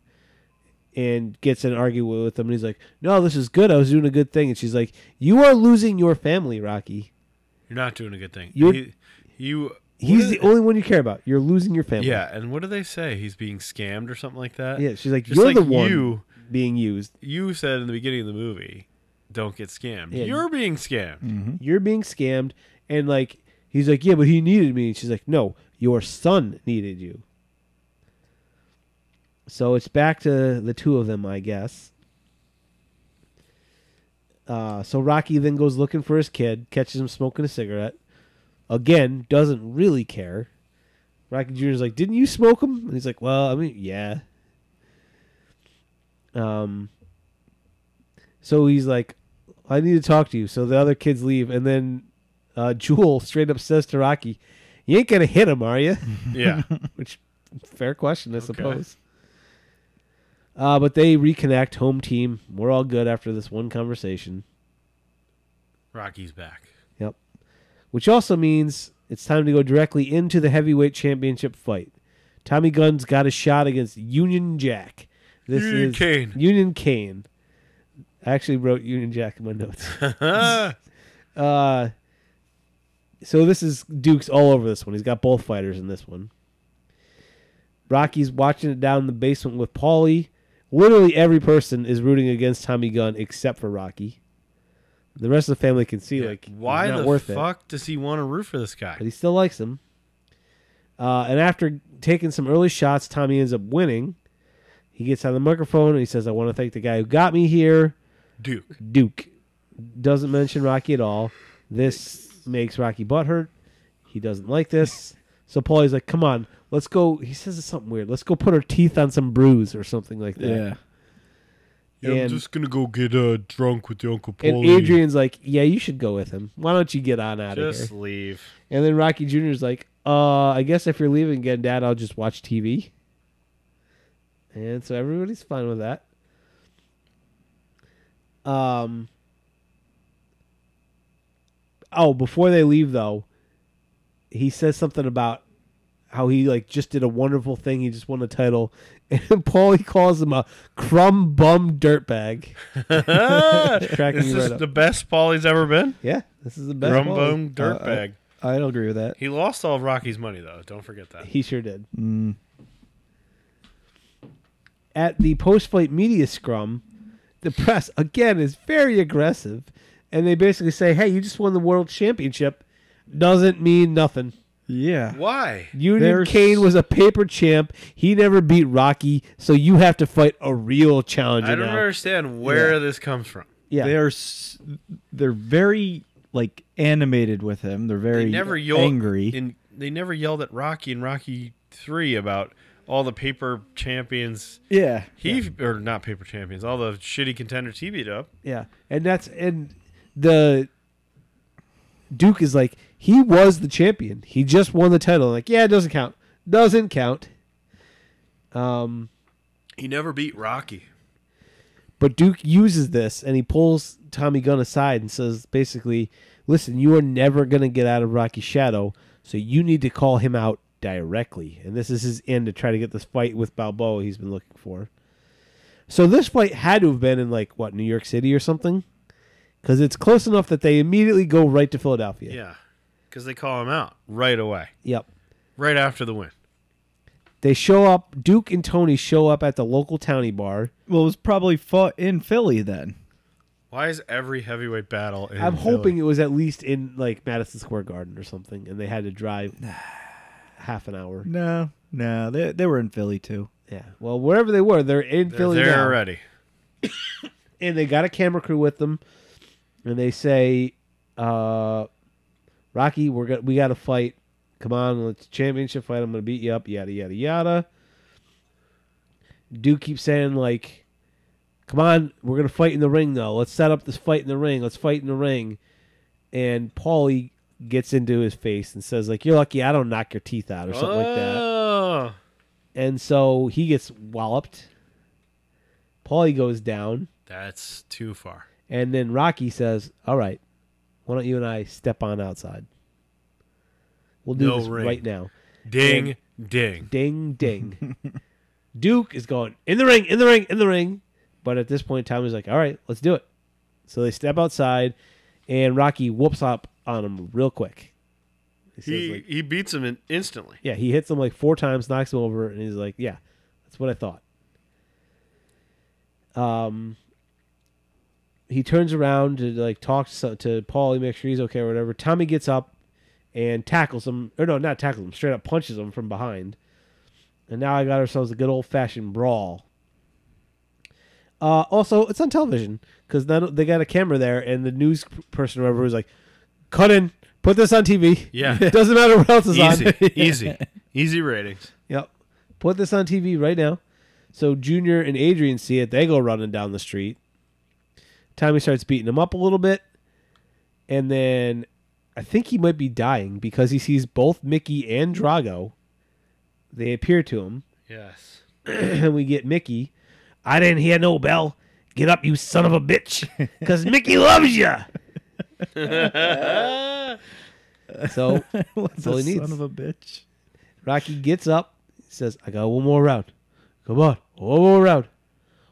S3: and gets in an argument with him. And he's like, No, this is good. I was doing a good thing. And she's like, You are losing your family, Rocky.
S2: You're not doing a good thing.
S3: You're-
S2: He- you.
S3: He's
S2: what
S3: the
S2: do-
S3: only one you care about. You're losing your family.
S2: Yeah, and what do they say? He's being scammed or something like that.
S3: Yeah. She's like,
S2: Just
S3: You're
S2: like
S3: the one
S2: you-
S3: being used.
S2: You said in the beginning of the movie, "Don't get scammed."
S3: Yeah.
S2: You're being scammed.
S4: Mm-hmm.
S3: You're being scammed. And like, he's like, Yeah, but he needed me. And she's like, No, your son needed you. So it's back to the two of them, I guess. Uh, so Rocky then goes looking for his kid, catches him smoking a cigarette. Again, doesn't really care. Rocky Jr.'s like, Didn't you smoke him? And he's like, Well, I mean, yeah. Um, so he's like, I need to talk to you. So the other kids leave, and then uh, <laughs> Jewel straight up says to Rocky, You ain't going to hit him, are you?
S2: <laughs>
S3: <laughs>
S2: Yeah.
S3: Which, fair question, I suppose. Uh, but they reconnect, home team. We're all good after this one conversation,
S2: Rocky's back.
S3: <laughs> which also means it's time to go directly into the heavyweight championship fight. Tommy Gunn's got a shot against Union Jack. This
S2: Union
S3: is
S2: Kane.
S3: Union Kane. I actually wrote Union Jack in my notes. <laughs>
S2: <laughs>
S3: Uh, so this is Duke's all over this one. He's got both fighters in this one. Rocky's watching it down in the basement with Paulie. Literally every person is rooting against Tommy Gunn except for Rocky. The rest of the family can see like
S2: why
S3: it's not
S2: the
S3: worth it
S2: fuck does he want to root for this guy?
S3: but he still likes him. Uh, and after taking some early shots, Tommy ends up winning. He gets on the microphone and he says, "I want to thank the guy who got me here,
S2: Duke.
S3: Duke." Doesn't mention Rocky at all. This makes Rocky butthurt. He doesn't like this. So Paulie's like, "Come on, let's go." He says something weird. Let's go put our teeth on some bruise or something like that.
S4: Yeah.
S3: Yeah, I'm And- just
S2: gonna go get uh, drunk with your uncle
S3: And Adrian's like, "Yeah, you should go with him. Why don't you get on out of here?"
S2: Just leave.
S3: <laughs>
S2: <laughs>
S3: And then Rocky Jr.'s like, uh, I guess if you're leaving again, Dad, I'll just watch TV. And so everybody's fine with that. Um. Oh, before they leave though, he says something about how he like just did a wonderful thing. He just won a title, <laughs> and Paulie calls him a crumb bum dirtbag. cracking
S2: this
S3: you right
S2: is
S3: up.
S2: the best Paulie's ever been.
S3: Yeah, this is the best. Paulie.
S2: Rumbone
S4: Uh,
S2: dirtbag.
S4: I'd agree with that.
S2: He lost all of Rocky's money though. Don't forget that.
S3: He sure did.
S4: Mm.
S3: At the post fight media scrum, the press again is very aggressive, and they basically say, "Hey, you just won the world championship." Doesn't mean nothing.
S4: Yeah.
S2: Why?
S3: Union
S4: There's-
S3: Kane was a paper champ. He never beat Rocky, so you have to fight a real challenger
S2: I don't
S3: now.
S2: understand where this comes from.
S3: Yeah,
S4: They are s- they're very like animated with him. They're very
S2: They never yelled
S4: angry.
S2: And they never yelled at Rocky in Rocky Three about all the paper champions.
S4: yeah.
S2: He or not paper champions. All the shitty contenders he beat up.
S3: yeah, and that's and the Duke is like he was the champion. He just won the title. Like, yeah, it doesn't count. Doesn't count. Um.
S2: He never beat Rocky.
S3: But Duke uses this and he pulls Tommy Gunn aside and says, basically, listen, you are never going to get out of Rocky Shadow, so you need to call him out directly. And this is his end to try to get this fight with Balboa he's been looking for. So this fight had to have been in, like, what, New York City or something? Because it's close enough that they immediately go right to Philadelphia.
S2: Yeah, because they call him out right away,
S3: Yep.
S2: right after the win.
S3: They show up, Duke and Tony show up at the local townie bar.
S4: Well, it was probably fought in Philly then.
S2: Why is every heavyweight battle? In
S3: I'm
S2: Philly?
S3: hoping it was at least in, like, Madison Square Garden or something, and they had to drive
S2: <sighs>
S3: half an hour.
S4: No, no, they they were in Philly too. <laughs>
S3: Yeah. Well, wherever they were, they're in
S2: they're
S3: Philly
S2: there
S3: now,
S2: already.
S3: and they got a camera crew with them, and they say, uh, Rocky, we're got we got to fight. Come on, let's championship fight. I'm gonna beat you up. Yada yada yada. Duke keeps saying like, "Come on, we're gonna fight in the ring though. Let's set up this fight in the ring. Let's fight in the ring." And Paulie gets into his face and says like, "You're lucky I don't knock your teeth out or something like that."
S2: Oh.
S3: And so he gets walloped. Paulie goes down,
S2: That's too far.
S3: and then Rocky says, "All right, why don't you and I step on outside? We'll do
S2: No
S3: this
S2: ring.
S3: right now."
S2: Ding, ding.
S3: Ding, ding. <laughs> Duke is going in the ring, in the ring, in the ring. But at this point, Tommy's like, "All right, let's do it." So they step outside, and Rocky whoops up on him real quick. He says,
S2: He
S3: like,
S2: he beats him in, instantly.
S3: yeah, he hits him like four times, knocks him over, and he's like, "Yeah, that's what I thought." Um, he turns around to like talk to, so- to Paulie, make sure he's okay or whatever. Tommy gets up and tackles him, or no, not tackles him, straight up punches him from behind. And now I got ourselves a good old fashioned brawl. Uh, also, it's on television because they got a camera there, and the news person, or whoever, was like, "Cut in, put this on TV."
S2: Yeah.
S3: <laughs> doesn't matter what else is <laughs>
S2: Easy,
S3: on.
S2: easy, easy ratings.
S3: Yep. Put this on TV right now. So Junior and Adrian see it. They go running down the street. Tommy starts beating him up a little bit. And then I think he might be dying because he sees both Mickey and Drago. They appear to him. <clears throat>
S2: Yes.
S3: And we get Mickey. I didn't hear no bell. Get up, you son of a bitch. Because Mickey loves you. so
S4: What's
S3: all
S4: a
S3: he needs.
S4: son of a bitch?
S3: Rocky gets up, says, I got one more round. Come on, one more round.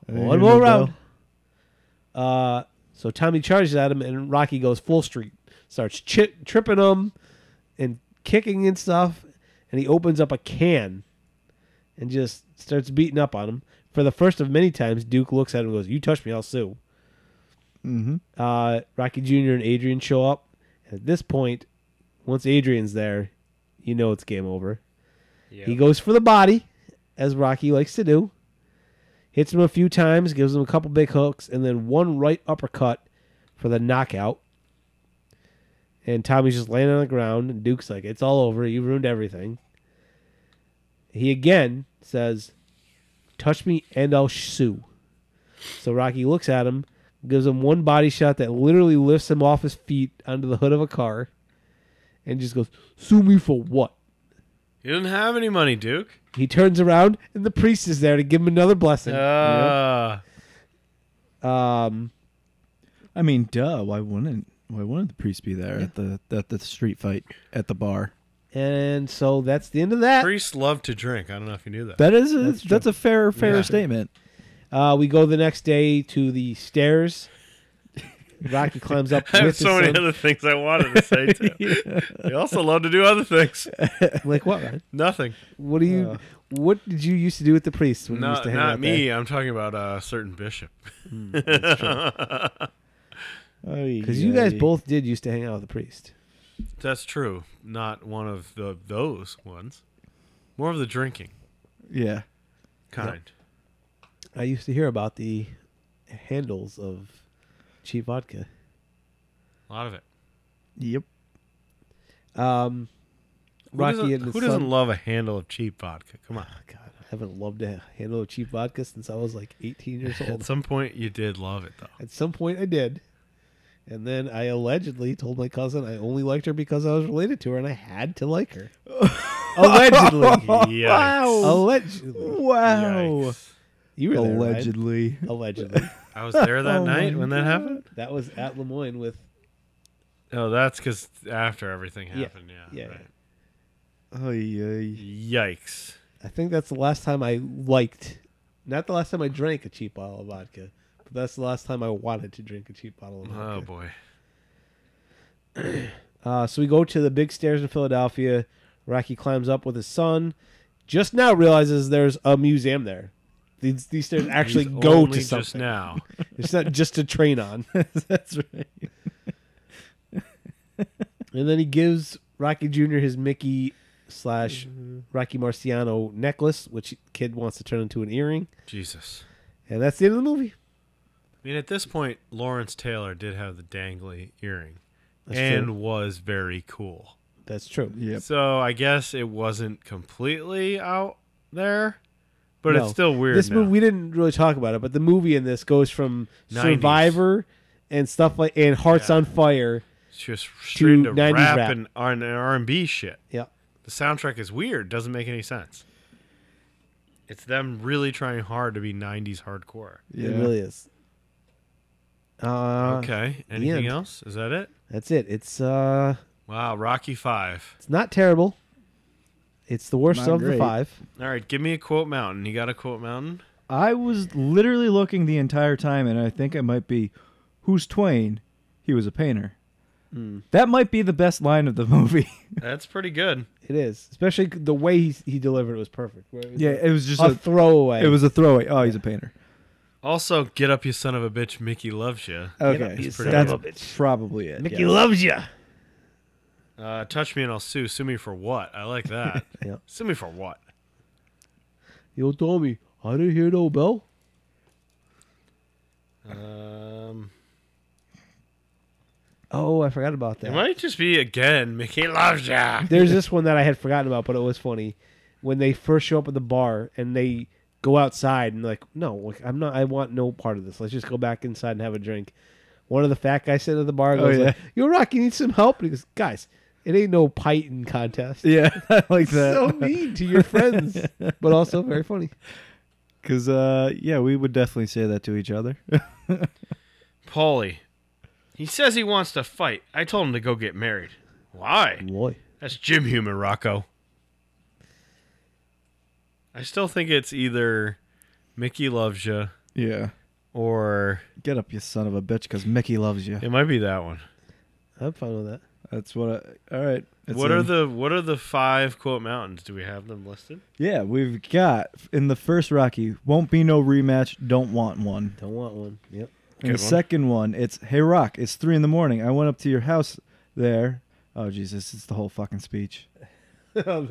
S3: One more round. Uh, so Tommy charges at him, and Rocky goes full street, starts chi- tripping him and kicking and stuff, and he opens up a can and just starts beating up on him. For the first of many times, Duke looks at him and goes, "You touch me, I'll sue."
S4: Mhm.
S3: Uh, Rocky Jr. and Adrian show up. At this point, once Adrian's there, you know it's game over.
S2: Yeah.
S3: He goes for the body, as Rocky likes to do. Hits him a few times, gives him a couple big hooks, and then one right uppercut for the knockout. And Tommy's just laying on the ground, and Duke's like, It's all over. You ruined everything. He again says, Touch me and I'll sue. So Rocky looks at him, gives him one body shot that literally lifts him off his feet onto the hood of a car, and just goes, Sue me for what?
S2: You didn't have any money, Duke.
S3: He turns around and the priest is there to give him another blessing.
S2: Uh,
S3: Um,
S4: I mean, duh. Why wouldn't Why wouldn't the priest be there at the at the street fight at the bar?
S3: and so that's the end of that.
S2: priests love to drink. I don't know if you knew that.
S4: That is a,
S3: That's
S4: that's,
S3: true.
S4: a fair fair
S2: Yeah.
S4: statement.
S3: Uh, we go the next day to the stairs. Rocky climbs up
S2: <laughs> <laughs> I have
S3: with his
S2: so many
S3: son.
S2: other things I wanted to
S3: <laughs>
S2: say. Too. They also love to do other things.
S3: Like what? man?
S2: Nothing.
S3: What do you? What did you used to do with the priests when you used
S2: Not,
S3: to hang
S2: not
S3: out
S2: me. I'm talking about a certain bishop.
S3: <laughs> Because you guys both did used to hang out with the priest.
S2: That's true. Not one of the those ones. More of the drinking
S4: yeah.
S2: kind.
S3: I used to hear about the handles of cheap vodka.
S2: A lot of it.
S4: Yep.
S3: Um,
S2: Who
S3: Rocky
S2: doesn't,
S3: and his
S2: who doesn't
S3: son-
S2: love a handle of cheap vodka? Come on.
S3: God, I haven't loved a handle of cheap vodka since I was like 18 years old.
S2: At some point, you did love it
S3: <laughs>
S2: though.
S3: At some point, I did. And then I allegedly told my cousin I only liked her because I was related to her and I had to like her.
S2: <laughs>
S3: allegedly.
S2: Yikes.
S4: Wow.
S3: allegedly. Oh,
S4: Wow.
S2: Yikes.
S3: You were there, right?
S4: Allegedly.
S3: Allegedly.
S2: I was there that
S4: Oh my
S2: night when that happened.
S3: That was at Lemoyne with.
S2: Oh, that's because after everything
S3: Yeah.
S2: happened. Yeah.
S3: Yeah,
S2: right.
S4: Ay, ay.
S2: Yikes.
S3: I think that's the last time I liked. Not the last time I drank a cheap bottle of vodka, but that's the last time I wanted to drink a cheap bottle of
S2: Oh
S3: vodka.
S2: boy.
S3: Uh, so we go to the big stairs in Philadelphia. Rocky climbs up with his son. Just now realizes there's a museum there. These, these stairs actually
S2: He's
S3: go
S2: only
S3: to something.
S2: just now.
S3: It's not just a
S2: <laughs>
S3: train on.
S4: That's right.
S3: <laughs> And then he gives Rocky Jr. his Mickey slash
S2: Mm-hmm.
S3: Rocky Marciano necklace, which kid wants to turn into an earring.
S2: Jesus.
S3: And that's the end of the movie.
S2: I mean, at this point, Lawrence Taylor did have the dangly earring,
S3: That's
S2: and
S3: true.
S2: was very cool.
S3: That's true.
S4: Yep.
S2: So I guess it wasn't completely out there, but
S3: No.
S2: it's still weird.
S3: This
S2: now.
S3: movie we didn't really talk about it, but the movie in this goes from
S2: 90s.
S3: Survivor and stuff like and Hearts on Fire.
S2: It's just straight into
S3: 90s
S2: rap,
S3: rap.
S2: and R and B shit.
S3: Yeah.
S2: The soundtrack is weird. Doesn't make any sense. It's them really trying hard to be '90s hardcore.
S4: Yeah.
S3: It really is. Uh,
S2: okay. Anything
S3: end.
S2: else? Is that it?
S3: That's it. It's uh,
S2: Wow. Rocky Five.
S3: it's not terrible. It's the worst
S4: Not
S3: of the
S4: great.
S3: five.
S2: All right. Give me a quote mountain. You got a quote
S3: <laughs>
S2: mountain?
S4: I was literally looking the entire time, and I think I might be, who's Twain? He was a painter. That might be the best line of the <laughs> movie.
S2: That's pretty good.
S3: It is, especially the way he, he delivered it was perfect. Where it was
S4: yeah,
S3: like
S4: it was just
S3: a
S4: a,
S3: throwaway.
S4: it was a throwaway. Oh, he's a painter.
S2: Also, get up, you son of a bitch. Mickey loves you.
S3: Uh,
S4: Okay,
S3: you
S2: son
S4: that's
S2: of
S3: a bitch.
S4: probably it.
S3: Mickey
S4: yes.
S3: loves you.
S2: Uh, touch me and I'll sue. Sue me for what? I like that.
S3: <laughs> Yeah.
S2: Sue me for what?
S3: You told me I didn't hear no bell.
S2: Um,
S3: Oh, I forgot about that.
S2: it might just be again. Mickey loves ya.
S3: There's this one that I had forgotten about, but it was funny. When they first show up at the bar and they go outside and like, no, like, I'm not. I want no part of this. Let's just go back inside and have a drink. One of the fat guys sitting at the bar goes,
S4: yeah.
S3: like, "Yo, Rock, you need some help?" And he goes, "Guys, it ain't no piting
S4: <laughs>
S3: contest."
S4: <laughs> Yeah, I like
S3: so
S4: that.
S3: mean to your friends, but also very funny.
S4: Because uh, yeah, we would definitely say that to each other. <laughs>
S2: Paulie. He says he wants to fight. I told him to go get married. Why?
S3: Boy,
S2: That's gym humor, Rocco. I still think it's either Mickey loves you
S4: yeah,
S2: or
S4: get up, you son of a bitch, because Mickey loves you.
S2: it might be that one.
S3: I'm fine with that.
S4: That's what. I, all right. it's
S2: what are
S4: in.
S2: the what are the five quote mountains? Do we have them listed?
S4: Yeah, we've got in the first Rocky. Won't be no rematch. Don't want one.
S3: Don't want one. <laughs> Yep.
S4: And the
S2: Good one.
S4: second one, it's Hey Rock, it's three in the morning. I went up to your house there. Oh Jesus, it's the whole fucking speech.
S3: Oh,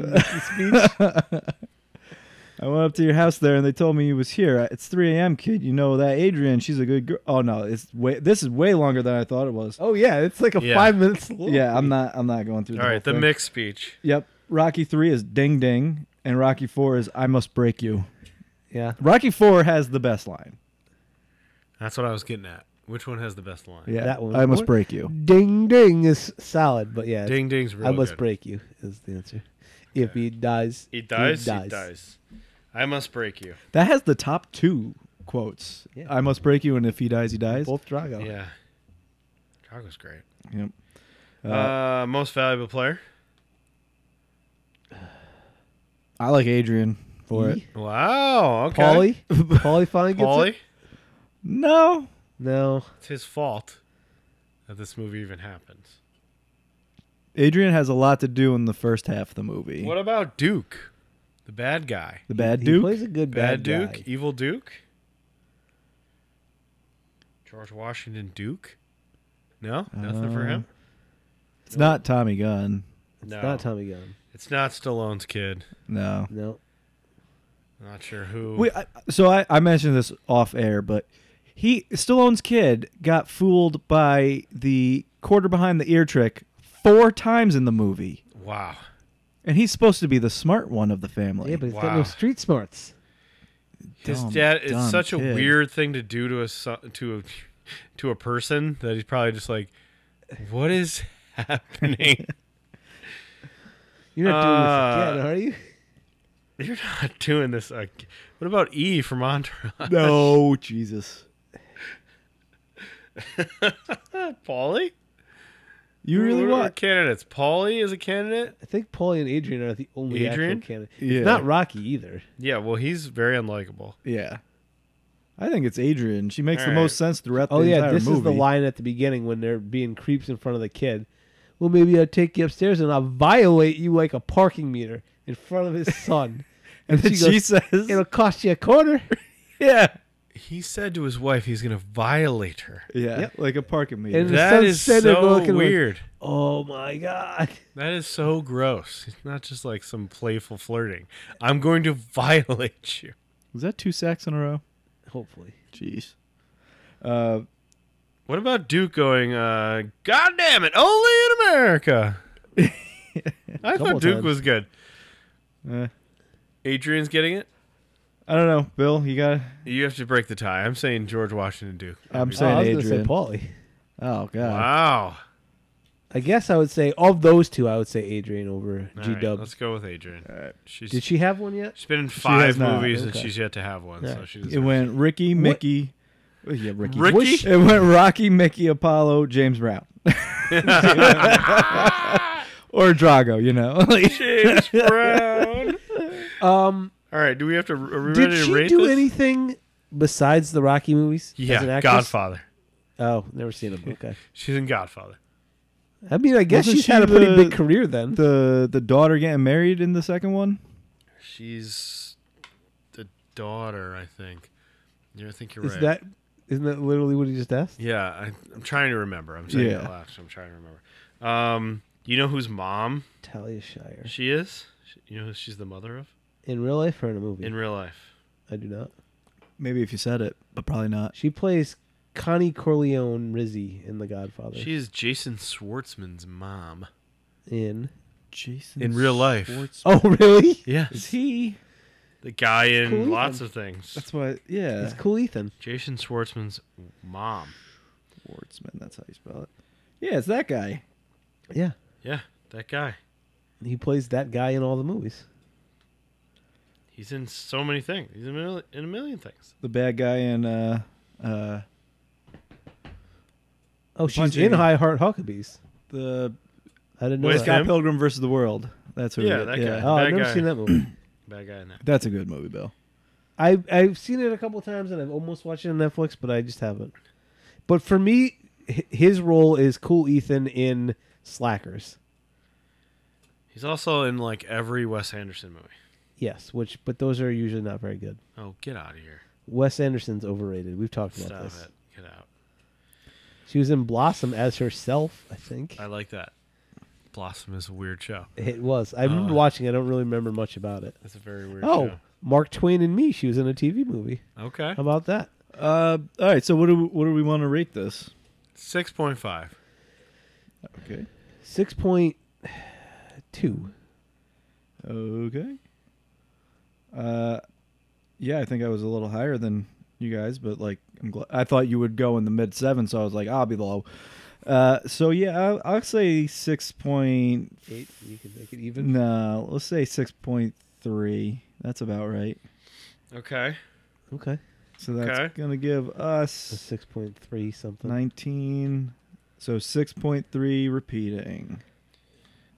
S4: I went up to your house there, and they told me you was here. It's 3 a.m., kid. You know that Adrian? She's a good girl. Oh no, it's way. This is way longer than I thought it was.
S3: Oh yeah, it's like a
S2: Yeah.
S3: five minutes. Long.
S4: Yeah, I'm not. I'm not going through.
S2: All
S4: the
S2: right,
S4: whole
S2: the
S4: thing.
S2: mixed speech.
S4: Yep. Rocky three is Ding Ding, and Rocky four is I must break you.
S3: Yeah.
S4: Rocky four has the best line.
S2: That's what I was getting at. Which one has the best line?
S4: Yeah,
S3: That one.
S4: I must
S3: What?
S4: break you.
S3: Ding ding is solid, but yeah,
S2: Ding ding's real
S3: I must
S2: good.
S3: break you is the answer. If he dies,
S2: He dies, he dies. I must break you.
S4: That has the top two quotes.
S3: Yeah.
S4: I must break you, and if he dies, he dies.
S3: Both Drago.
S2: Yeah. Chicago's great.
S4: Yep.
S2: uh, most valuable player.
S4: I like Adrian for it.
S3: He?
S2: Wow. Okay.
S3: <laughs> Paulie, Paulie finally gets
S2: Paulie.
S3: it.
S4: No.
S3: No,
S2: It's his fault that this movie even happens.
S4: Adrian has a lot to do in the first half of the movie.
S2: What about Duke, the bad guy?
S4: the bad
S3: he
S4: Duke?
S3: plays a good
S2: Bad,
S3: bad,
S2: Duke,
S3: guy.
S2: evil Duke. George Washington Duke. No, nothing for
S3: Uh.
S2: him.
S4: it's not Tommy Gunn.
S3: It's
S2: No.
S3: not Tommy Gunn.
S2: It's not Stallone's kid.
S4: No.
S3: No,
S2: Not sure who.
S4: We, I, so I, I mentioned this off air, but he Stallone's kid got fooled by the quarter behind the ear trick four times in the movie,
S2: wow.
S4: and he's supposed to be the smart one of the family.
S3: yeah, but he's got no
S2: Wow.
S3: street smarts.
S2: His
S4: Dumb,
S2: dad is
S4: dumb
S2: such a
S4: kid.
S2: weird thing to do to a son- to a to a person that he's probably just like, what is <laughs>
S4: <laughs>
S2: happening?
S3: You're not
S2: Uh,
S3: doing this again, are
S2: <laughs>
S3: you?
S2: You're not doing this. Again. What about E from Entourage? <laughs>
S4: no, Jesus.
S2: <laughs> Paulie?
S4: You really
S2: What are our
S4: want?
S2: candidates? Paulie is a candidate.
S3: I think Paulie and Adrian are the only
S2: Adrian?
S3: actual candidates.
S4: Yeah.
S3: Not Rocky either.
S2: Yeah, well, he's very unlikable.
S4: Yeah. I think it's Adrian. She makes
S2: All
S4: the
S2: right.
S4: most sense throughout the
S3: Oh yeah,
S4: entire
S3: this
S4: movie.
S3: is the line at the beginning when they're being creeps in front of the kid. Well, maybe I'll take you upstairs and I'll violate you like a parking meter in front of his
S2: <laughs>
S3: son.
S4: <laughs> And then she says-
S3: "It'll cost you a quarter."
S4: Yeah.
S2: He said to his wife he's going to violate her.
S4: Yeah.
S3: Yep.
S4: Like a parking meter.
S3: And-
S2: That
S3: so
S2: is
S3: sad and
S2: so
S3: looking like-
S2: weird.
S3: Oh my god! <laughs>
S2: That is so gross. It's not just like some playful flirting. I'm going to <laughs> violate you.
S4: was that two sacks in a row?
S3: Hopefully,
S4: Jeez. Uh,
S2: What about Duke going, uh, God damn it, only in
S3: <laughs>
S2: America? I
S3: Couple
S2: thought Duke
S3: times.
S2: was good.
S4: Eh,
S2: Adrian's getting it.
S4: I don't know, Bill. You got.
S2: You have to break the tie. I'm saying George Washington Duke.
S4: I'm
S3: Oh,
S4: saying
S3: I was going to say
S4: Adrian.
S3: Paulie.
S4: oh
S3: uh,
S4: God.
S2: Wow.
S3: I guess I would say of those two, I would say Adrian over
S2: All
S3: G
S2: right,
S3: Dub.
S2: let's go with Adrian. She's,
S3: Did she have one yet?
S2: she's been in five
S4: has not.
S2: movies and
S3: Okay.
S2: she's yet to have one. So
S3: Right.
S2: she
S4: It
S2: deserves
S4: went Ricky, Mickey. Oh, Yeah, Ricky.
S2: Ricky?
S4: Whoosh. It went Rocky, Mickey, Apollo, James Brown. or Drago, you know. <laughs>
S2: <laughs>
S3: <laughs>
S2: James Brown.
S3: Um,
S2: All right, do we have to? Are we
S3: did
S2: ready to
S3: she
S2: rate
S3: do
S2: this?
S3: anything besides the Rocky movies? as an
S2: Yeah,
S3: actress?
S2: Godfather.
S3: Oh, never
S2: <laughs>
S3: seen him. Okay.
S2: She's in Godfather.
S3: I mean, I guess
S4: Wasn't
S3: she's
S4: she
S3: had a pretty
S4: the-
S3: big career then.
S4: the the daughter getting married in the second one?
S2: She's the daughter, I think. Yeah, I think you're
S3: Is
S2: right.
S3: that isn't that literally what he just asked?
S2: yeah, I, I'm trying to remember. I'm saying it
S4: Yeah.
S2: out loud, so I'm trying to remember. Um, you know whose mom
S3: Talia Shire
S2: she is? She- You know who she's the mother of
S3: in real life or in a movie?
S2: in real life?
S3: I do not.
S4: Maybe if you said it, but probably not.
S3: She plays Connie Corleone Rizzi in The Godfather.
S2: She is Jason Schwartzman's mom.
S3: in
S4: Jason
S2: In real life.
S4: Schwartzman.
S3: oh really?
S2: Yeah,
S4: Is he?
S2: the guy in
S3: Cool.
S2: lots of things.
S4: That's what. Yeah.
S3: It's cool, Ethan.
S2: Jason Schwartzman's mom.
S4: Schwartzman. That's how you spell it. Yeah, it's that guy.
S3: Yeah,
S2: Yeah, that guy.
S3: he plays that guy in all the movies.
S2: He's in so many things. He's in a million, in a million things.
S4: The bad guy in uh uh
S3: Oh, she's
S4: Punching.
S3: in High Heart Huckabees.
S4: the
S3: I didn't know
S2: Where's
S3: that.
S4: Scott
S2: him?
S4: Pilgrim versus the World. That's who we
S2: Yeah,
S4: get.
S2: that guy.
S3: Oh, I've
S2: That
S3: never
S2: guy.
S3: seen that
S2: <clears throat>
S3: movie.
S2: Bad guy in there.
S4: That's a good movie, Bill.
S3: I I've seen it a couple times and I've almost watched it on Netflix, but I just haven't. But for me, hi- his role is cool Ethan in Slackers.
S2: He's also in like every Wes Anderson movie.
S3: Yes, which but those are usually not very good.
S2: Oh, get out of here.
S3: Wes Anderson's overrated. We've talked about
S2: Stop
S3: this.
S2: it. Get out.
S3: She was in Blossom as herself, I think.
S2: I like that. Blossom is a weird show.
S3: it was. I remember
S2: Uh,
S3: watching. it. I don't really remember much about it.
S2: That's a very weird
S3: Oh, Mark Twain and Me. She was in a TV movie.
S2: show. Okay.
S3: How about that?
S4: Uh, all right. So what do we, what do we want to rate this?
S2: 6.5.
S4: Okay.
S3: Six point two.
S4: Okay. Uh, yeah, I think I was a little higher than you guys, but like I'm glad I thought you would go in the mid seven, so I was like, I'll be low. Uh, so yeah, I'll, I'll say six point.
S3: Eight. You can make it even.
S4: No, let's say six point three. That's about right.
S2: Okay.
S3: Okay.
S4: So that's
S2: Okay.
S4: gonna give
S3: So
S4: us
S3: six point three something.
S4: nineteen. So six point three repeating.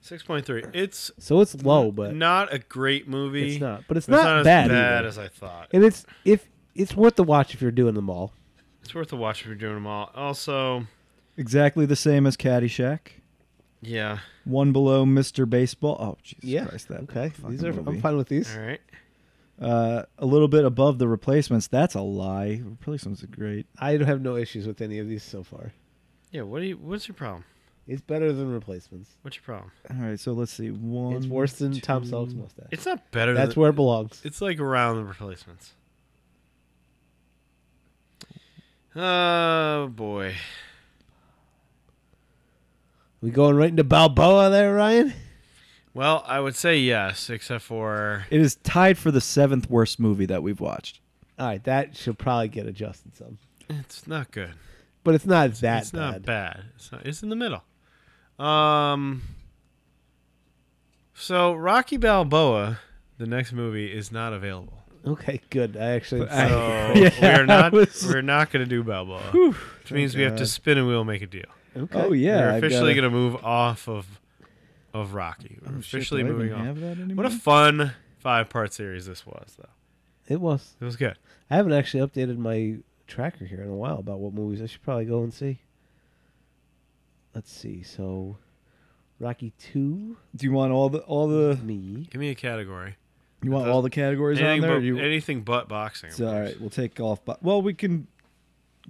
S2: 6.3. It's
S3: So it's low, but
S2: not a great movie.
S3: it's not. But it's
S2: It's not,
S3: not,
S2: as
S3: bad.
S2: bad,
S3: either.
S2: as I thought.
S3: and it's if it's worth the watch if you're doing them all.
S2: It's worth a watch if you're doing them all. Also,
S4: Exactly the same as Caddyshack.
S2: yeah.
S4: One below Mr. Baseball. Oh, Jesus Christ. That
S3: okay. These
S4: fucking
S3: are.
S4: movie.
S3: I'm fine with these.
S2: All right.
S4: Uh, a little bit above the replacements. That's a lie. Replacements are great.
S3: I don't have no issues with any of these so far.
S2: Yeah, what do you what's your problem?
S3: It's better than replacements.
S2: What's your problem?
S4: All right, so let's see. One.
S3: It's worse than Tom
S4: two-
S3: Selleck's mustache.
S2: It's not better
S3: That's
S2: than
S3: where it belongs.
S2: It's like around the replacements. Oh boy.
S3: We going right into Balboa there, Ryan?
S2: Well, I would say yes, except for
S4: It is tied for the seventh worst movie that we've watched.
S3: All right, that should probably get adjusted some,
S2: it's not good.
S3: but it's not that
S2: it's
S3: bad.
S2: not bad. It's not, it's in the middle. Um So Rocky Balboa, the next movie is not
S4: <laughs>
S2: available.
S3: Okay, good. I <laughs>
S2: So
S3: actually.
S4: I-
S2: we're not
S4: I was-
S2: we're not going to do Balboa. which means we have to
S4: God.
S2: spin and we'll make a deal.
S3: okay.
S4: Oh yeah,
S2: We're
S4: I've
S2: officially
S4: gotta-
S2: going to move off of of Rocky. We're
S4: Oh, shit,
S2: officially
S4: do I even
S2: moving off.
S4: have that anymore?
S2: What a fun five part series this was, though.
S3: It was.
S2: It was good.
S3: I haven't actually updated my tracker here in a while about what movies I should probably go and see. Let's see. So, Rocky Two,
S4: Do you want all the all the
S3: me.
S2: Give me a category.
S4: you want
S2: Does-
S4: all the categories on
S2: Anything
S4: there?
S2: but,
S4: or you-
S2: anything but boxing. of
S4: It's all
S2: course.
S4: right, we'll take golf. Bo- well, we can.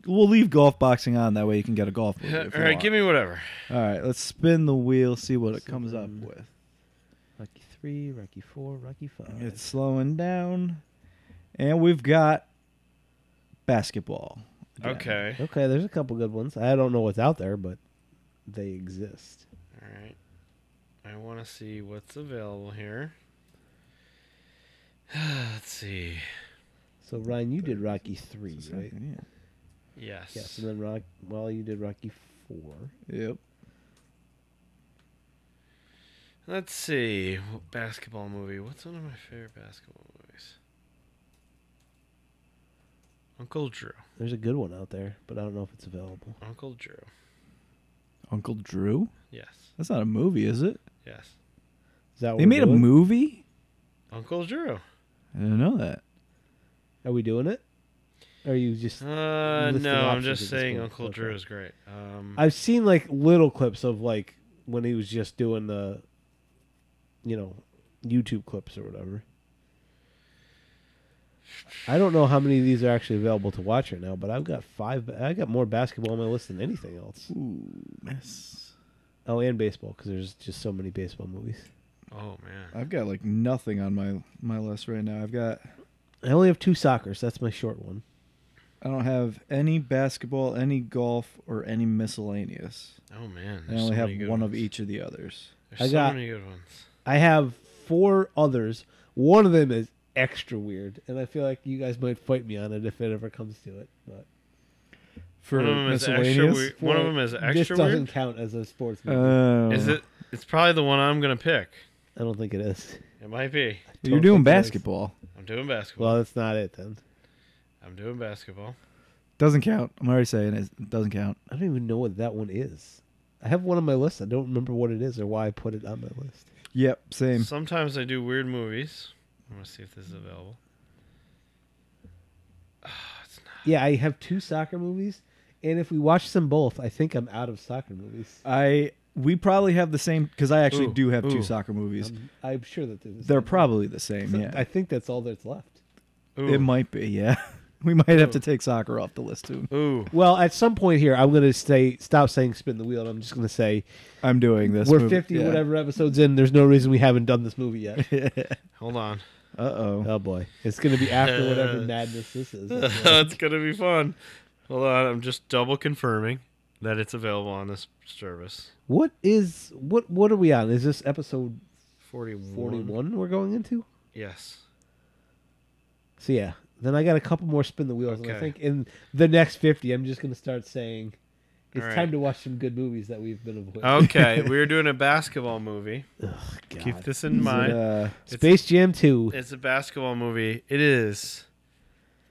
S4: We'll leave golf boxing on that way. You can get a
S2: <laughs>
S4: golf. Movie if you
S2: all right,
S4: want.
S2: give me whatever.
S4: All right, let's spin the wheel. See what it comes up
S3: Seven.
S4: with.
S3: Rocky Three, Rocky Four, Rocky Five.
S4: It's slowing down. And we've got basketball
S2: Okay.
S3: Okay, there's a couple good ones. I don't know what's out there, but they exist.
S2: All right. I want to see what's available here. <sighs> Let's see.
S3: So Ryan, you did Rocky three,
S4: So,
S3: right?
S2: Yes.
S3: Yes, and then Rock. Well, you did Rocky four.
S4: yeah. Yep.
S2: Let's see. What Basketball movie. What's one of my favorite basketball movies? Uncle Drew.
S3: There's a good one out there, but I don't know if it's available.
S2: Uncle Drew.
S4: Uncle Drew?
S2: Yes.
S4: That's not a movie, is it?
S2: Yes.
S3: Is that what
S4: They
S3: we're
S4: made a
S3: doing?
S4: movie?
S2: Uncle Drew.
S4: I didn't know that.
S3: Are we doing it? Or are you just?
S2: Uh,
S3: Listing
S2: no, I'm
S3: options at
S2: just
S3: this
S2: saying
S3: point,
S2: Uncle
S3: so
S2: Drew
S3: far.
S2: is great. Um,
S3: I've seen like little clips of like when he was just doing the, you know, YouTube clips or whatever. I don't know how many of these are actually available to watch right now, but I've got five. I got more basketball on my list than anything else.
S4: Ooh, miss.
S3: Oh, and baseball because there's just so many baseball movies.
S2: oh man.
S4: I've got like nothing on my my list right now. I've got
S3: I only have two soccer, so that's my short one.
S4: I don't have any basketball, any golf, or any miscellaneous.
S2: Oh man.
S4: I
S2: there's
S4: only
S2: so
S4: have
S2: many good
S4: one of
S2: ones.
S4: each of the others.
S2: There's
S3: I
S2: so
S3: got-
S2: many good ones.
S3: I have four others. One of them is extra weird, and I feel like you guys might fight me on it if it ever comes to it. But
S4: For
S2: One of 'em is extra
S4: miscellaneous,
S2: weird- One of
S3: Well,
S2: them is
S3: this
S2: extra
S3: doesn't
S2: weird.
S3: count as a sports movie.
S4: Oh.
S2: Is it? It's probably the one I'm gonna pick.
S3: I don't think it is.
S2: It might be.
S4: You're
S3: Don't
S4: doing
S3: think it is.
S4: basketball.
S2: I'm doing basketball.
S3: Well, that's not it then.
S2: I'm doing basketball.
S4: Doesn't count. I'm already saying it It doesn't count.
S3: I don't even know what that one is. I have one on my list. I don't remember what it is or why I put it on my list.
S4: Yep, same.
S2: Sometimes I do weird movies. I'm gonna see if this is available. Ah, it's not.
S3: Yeah, I have two soccer movies, and if we watch them both, I think I'm out of soccer movies.
S4: I we probably have the same because I actually
S2: Ooh,
S4: do have two
S2: ooh.
S4: soccer movies.
S3: I'm, Um, I'm sure that they're, the
S4: They're
S3: same.
S4: probably the
S3: <laughs>
S4: same.
S3: So
S4: Yeah,
S3: I think that's all that's left.
S2: Ooh.
S4: it might be. Yeah, <laughs> we might have to
S2: Ooh.
S4: take soccer off the list too.
S2: Ooh.
S3: Well, at some point here, I'm going to say stop saying spin the wheel. And I'm just going to say
S4: I'm doing this.
S3: we're
S4: movie.
S3: 50
S4: yeah.
S3: <laughs> whatever episodes in. There's no reason we haven't done this movie yet.
S2: Hold on. <laughs>
S4: Uh oh.
S3: oh boy, it's going to be after whatever madness this is. That's right.
S2: That's gonna be fun. Hold on. I'm just double confirming that it's available on this service.
S3: What is what? What are we on? Is this episode
S2: Forty-one.
S3: 41 we're going into?
S2: Yes.
S3: So yeah, then I got a couple more spin the wheels, and I
S2: Okay.
S3: think in the next 50, I'm just going to start saying it's
S2: All right.
S3: time to watch some good movies that we've been avoiding.
S2: Okay, we were doing a basketball
S3: <laughs>
S2: movie.
S3: Ugh, God.
S2: Keep this in
S4: But,
S2: mind.
S4: uh,
S3: Space Jam 2.
S2: It's a basketball movie. It is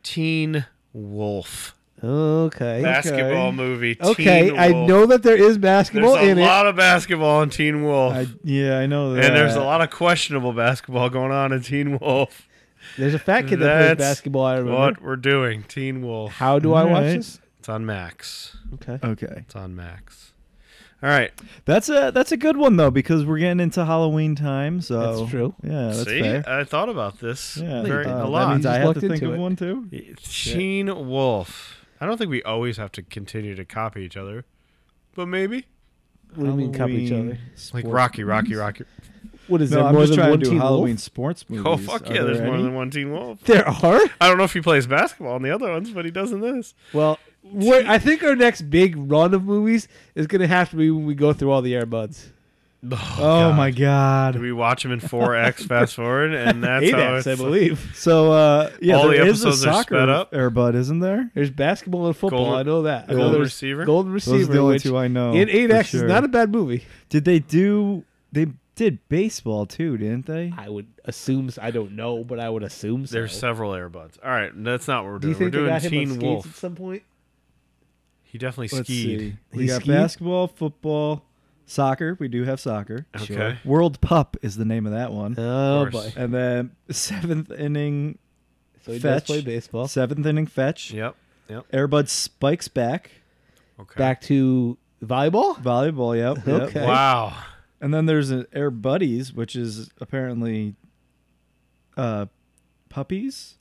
S2: Teen Wolf
S3: Okay.
S2: basketball movie.
S3: Okay,
S2: Teen
S3: I
S2: Wolf.
S3: know that there is
S2: There's
S3: basketball
S2: a
S3: in it.
S2: lot of basketball in Teen Wolf,
S4: I, yeah, I know that.
S2: and there's a lot of questionable basketball going on in Teen
S4: <laughs>
S2: Wolf.
S3: There's a fat kid that plays
S2: That's
S3: basketball. I remember.
S2: What we're doing, Teen Wolf.
S3: How do I watch
S4: Alright.
S3: this?
S2: It's on Max.
S3: Okay.
S4: Okay,
S2: It's on Max. All right.
S4: that's a that's a good one though because we're getting into Halloween time. So
S3: That's true.
S4: Yeah, that's
S2: See,
S4: fair.
S2: I thought about this
S4: Yeah,
S2: very,
S4: uh,
S2: a
S4: That
S2: lot.
S4: means
S3: You
S4: I
S3: just
S4: have
S3: looked
S4: to think
S3: into
S4: of
S3: it.
S4: one too.
S2: Teen Wolf. I don't think we always have to continue to copy each other, but maybe
S3: What do you mean copy each
S4: Halloween
S3: other?
S2: like
S4: sports
S2: Rocky, Rocky,
S4: movies?
S2: Rocky.
S3: What is
S4: No,
S3: there
S4: I'm
S3: more
S4: just
S3: than
S4: trying
S3: one
S4: to do
S3: Teen Wolf?
S4: Halloween sports movies.
S2: Oh fuck
S4: Are
S2: yeah! There's
S4: there
S2: more
S4: any?
S2: than one Teen Wolf.
S3: There are.
S2: I don't know if he plays basketball in the other ones, but he does in this.
S3: Well, what, I think our next big run of movies is going to have to be when we go through all the Airbuds.
S2: Oh,
S4: Oh my god.
S2: We watch him in 4x fast forward,
S4: <laughs>
S2: and that's how it's.
S3: 8X, I believe.
S4: So uh, yeah,
S2: All the
S4: there is a
S2: episodes are
S4: soccer
S2: sped up.
S4: Airbud, isn't there?
S3: There's basketball and football.
S2: Gold-
S3: I know that. I know
S2: Golden
S3: there's
S2: Receiver?
S3: Golden
S4: Those
S3: receiver.
S4: are the only
S3: which
S4: two I know.
S3: in
S4: for
S3: 8X
S4: sure.
S3: is not a bad movie.
S4: Did they do? They did baseball too, didn't they?
S3: I would assume. I don't know, but I would assume so.
S2: There's several airbuds. All right, that's not what we're
S3: do you
S2: doing. We're
S3: think they
S2: doing
S3: got him on
S2: Teen
S3: skates
S2: Wolf.
S3: at some point?
S2: He definitely
S4: Let's
S2: skied.
S4: see. We
S3: He
S4: got
S3: skied?
S4: basketball, football, soccer. We do have soccer.
S2: Okay.
S4: World Pup is the name of that one.
S3: Oh
S2: Of
S3: boy!
S2: course.
S4: And then seventh inning,
S3: So he does
S4: Fetch.
S3: play baseball.
S4: seventh inning fetch.
S2: Yep. Yep.
S4: Airbud spikes back.
S2: Okay.
S3: Back to volleyball.
S4: Volleyball. Yep. yep.
S3: Okay.
S2: Wow.
S4: And then there's an Air Buddies, which is apparently uh puppies.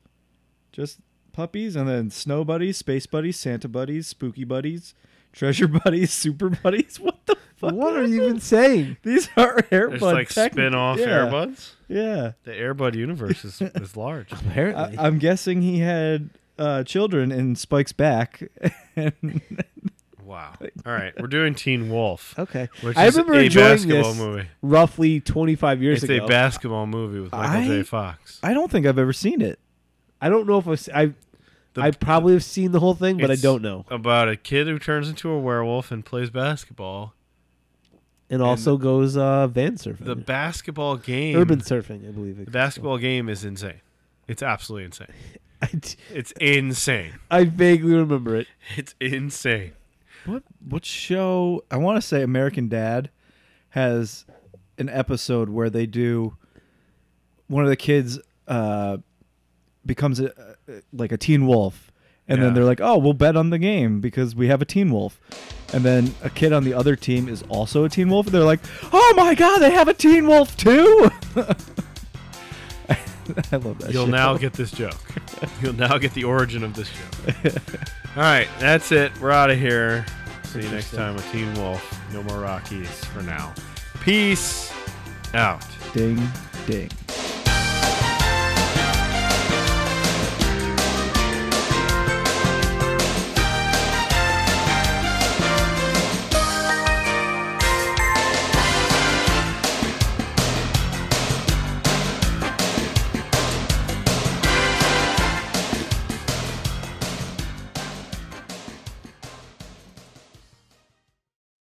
S4: Just puppies and then snow buddies, space buddies, Santa buddies, spooky buddies, treasure <laughs> buddies, super buddies. <laughs> What the fuck?
S3: What are
S4: is
S3: you
S4: it?
S3: even saying?
S4: <laughs> These are Airbud
S2: There's like
S4: technically-
S2: spin off
S4: yeah,
S2: airbuds.
S4: Yeah.
S3: <laughs>
S2: The airbud universe is, is large.
S3: Apparently,
S4: I, I'm guessing he had uh, children in Spike's back. <laughs>
S2: Wow. All right, we're doing Teen Wolf.
S3: uh, Okay.
S2: Which
S3: I
S2: is
S3: remember
S2: a
S3: enjoying
S2: basketball
S3: this
S2: movie.
S3: roughly 25 years
S2: It's
S3: ago.
S2: a basketball movie with Michael
S4: I-
S2: J. Fox.
S4: I don't think I've ever seen it.
S3: I don't know if I've, si
S2: The-
S3: I probably have seen the whole thing, but I
S2: It's
S3: don't know.
S2: About a kid who turns into a werewolf and plays basketball.
S3: And also goes uh, van surfing,
S2: The basketball game,
S3: urban surfing, I believe.
S2: the
S3: It goes.
S2: basketball game is insane. It's absolutely insane.
S3: <laughs> I, d-
S2: It's insane.
S3: I vaguely remember it.
S2: It's insane.
S4: What what show? I want to say American Dad has an episode where they do one of the kids uh, becomes a, uh, like a Teen Wolf, and
S2: Yeah.
S4: then they're like, "Oh, we'll bet on the game because we have a Teen Wolf," and then a kid on the other team is also a Teen Wolf, and they're like, "Oh my God, they have a Teen Wolf too!" <laughs> I love that.
S2: You'll
S4: show.
S2: now get this
S4: <laughs>
S2: joke. You'll now get the origin of this joke. All right, that's it. We're out of here. See you next time with Teen Wolf. No more Rockies for now. Peace out.
S4: ding ding.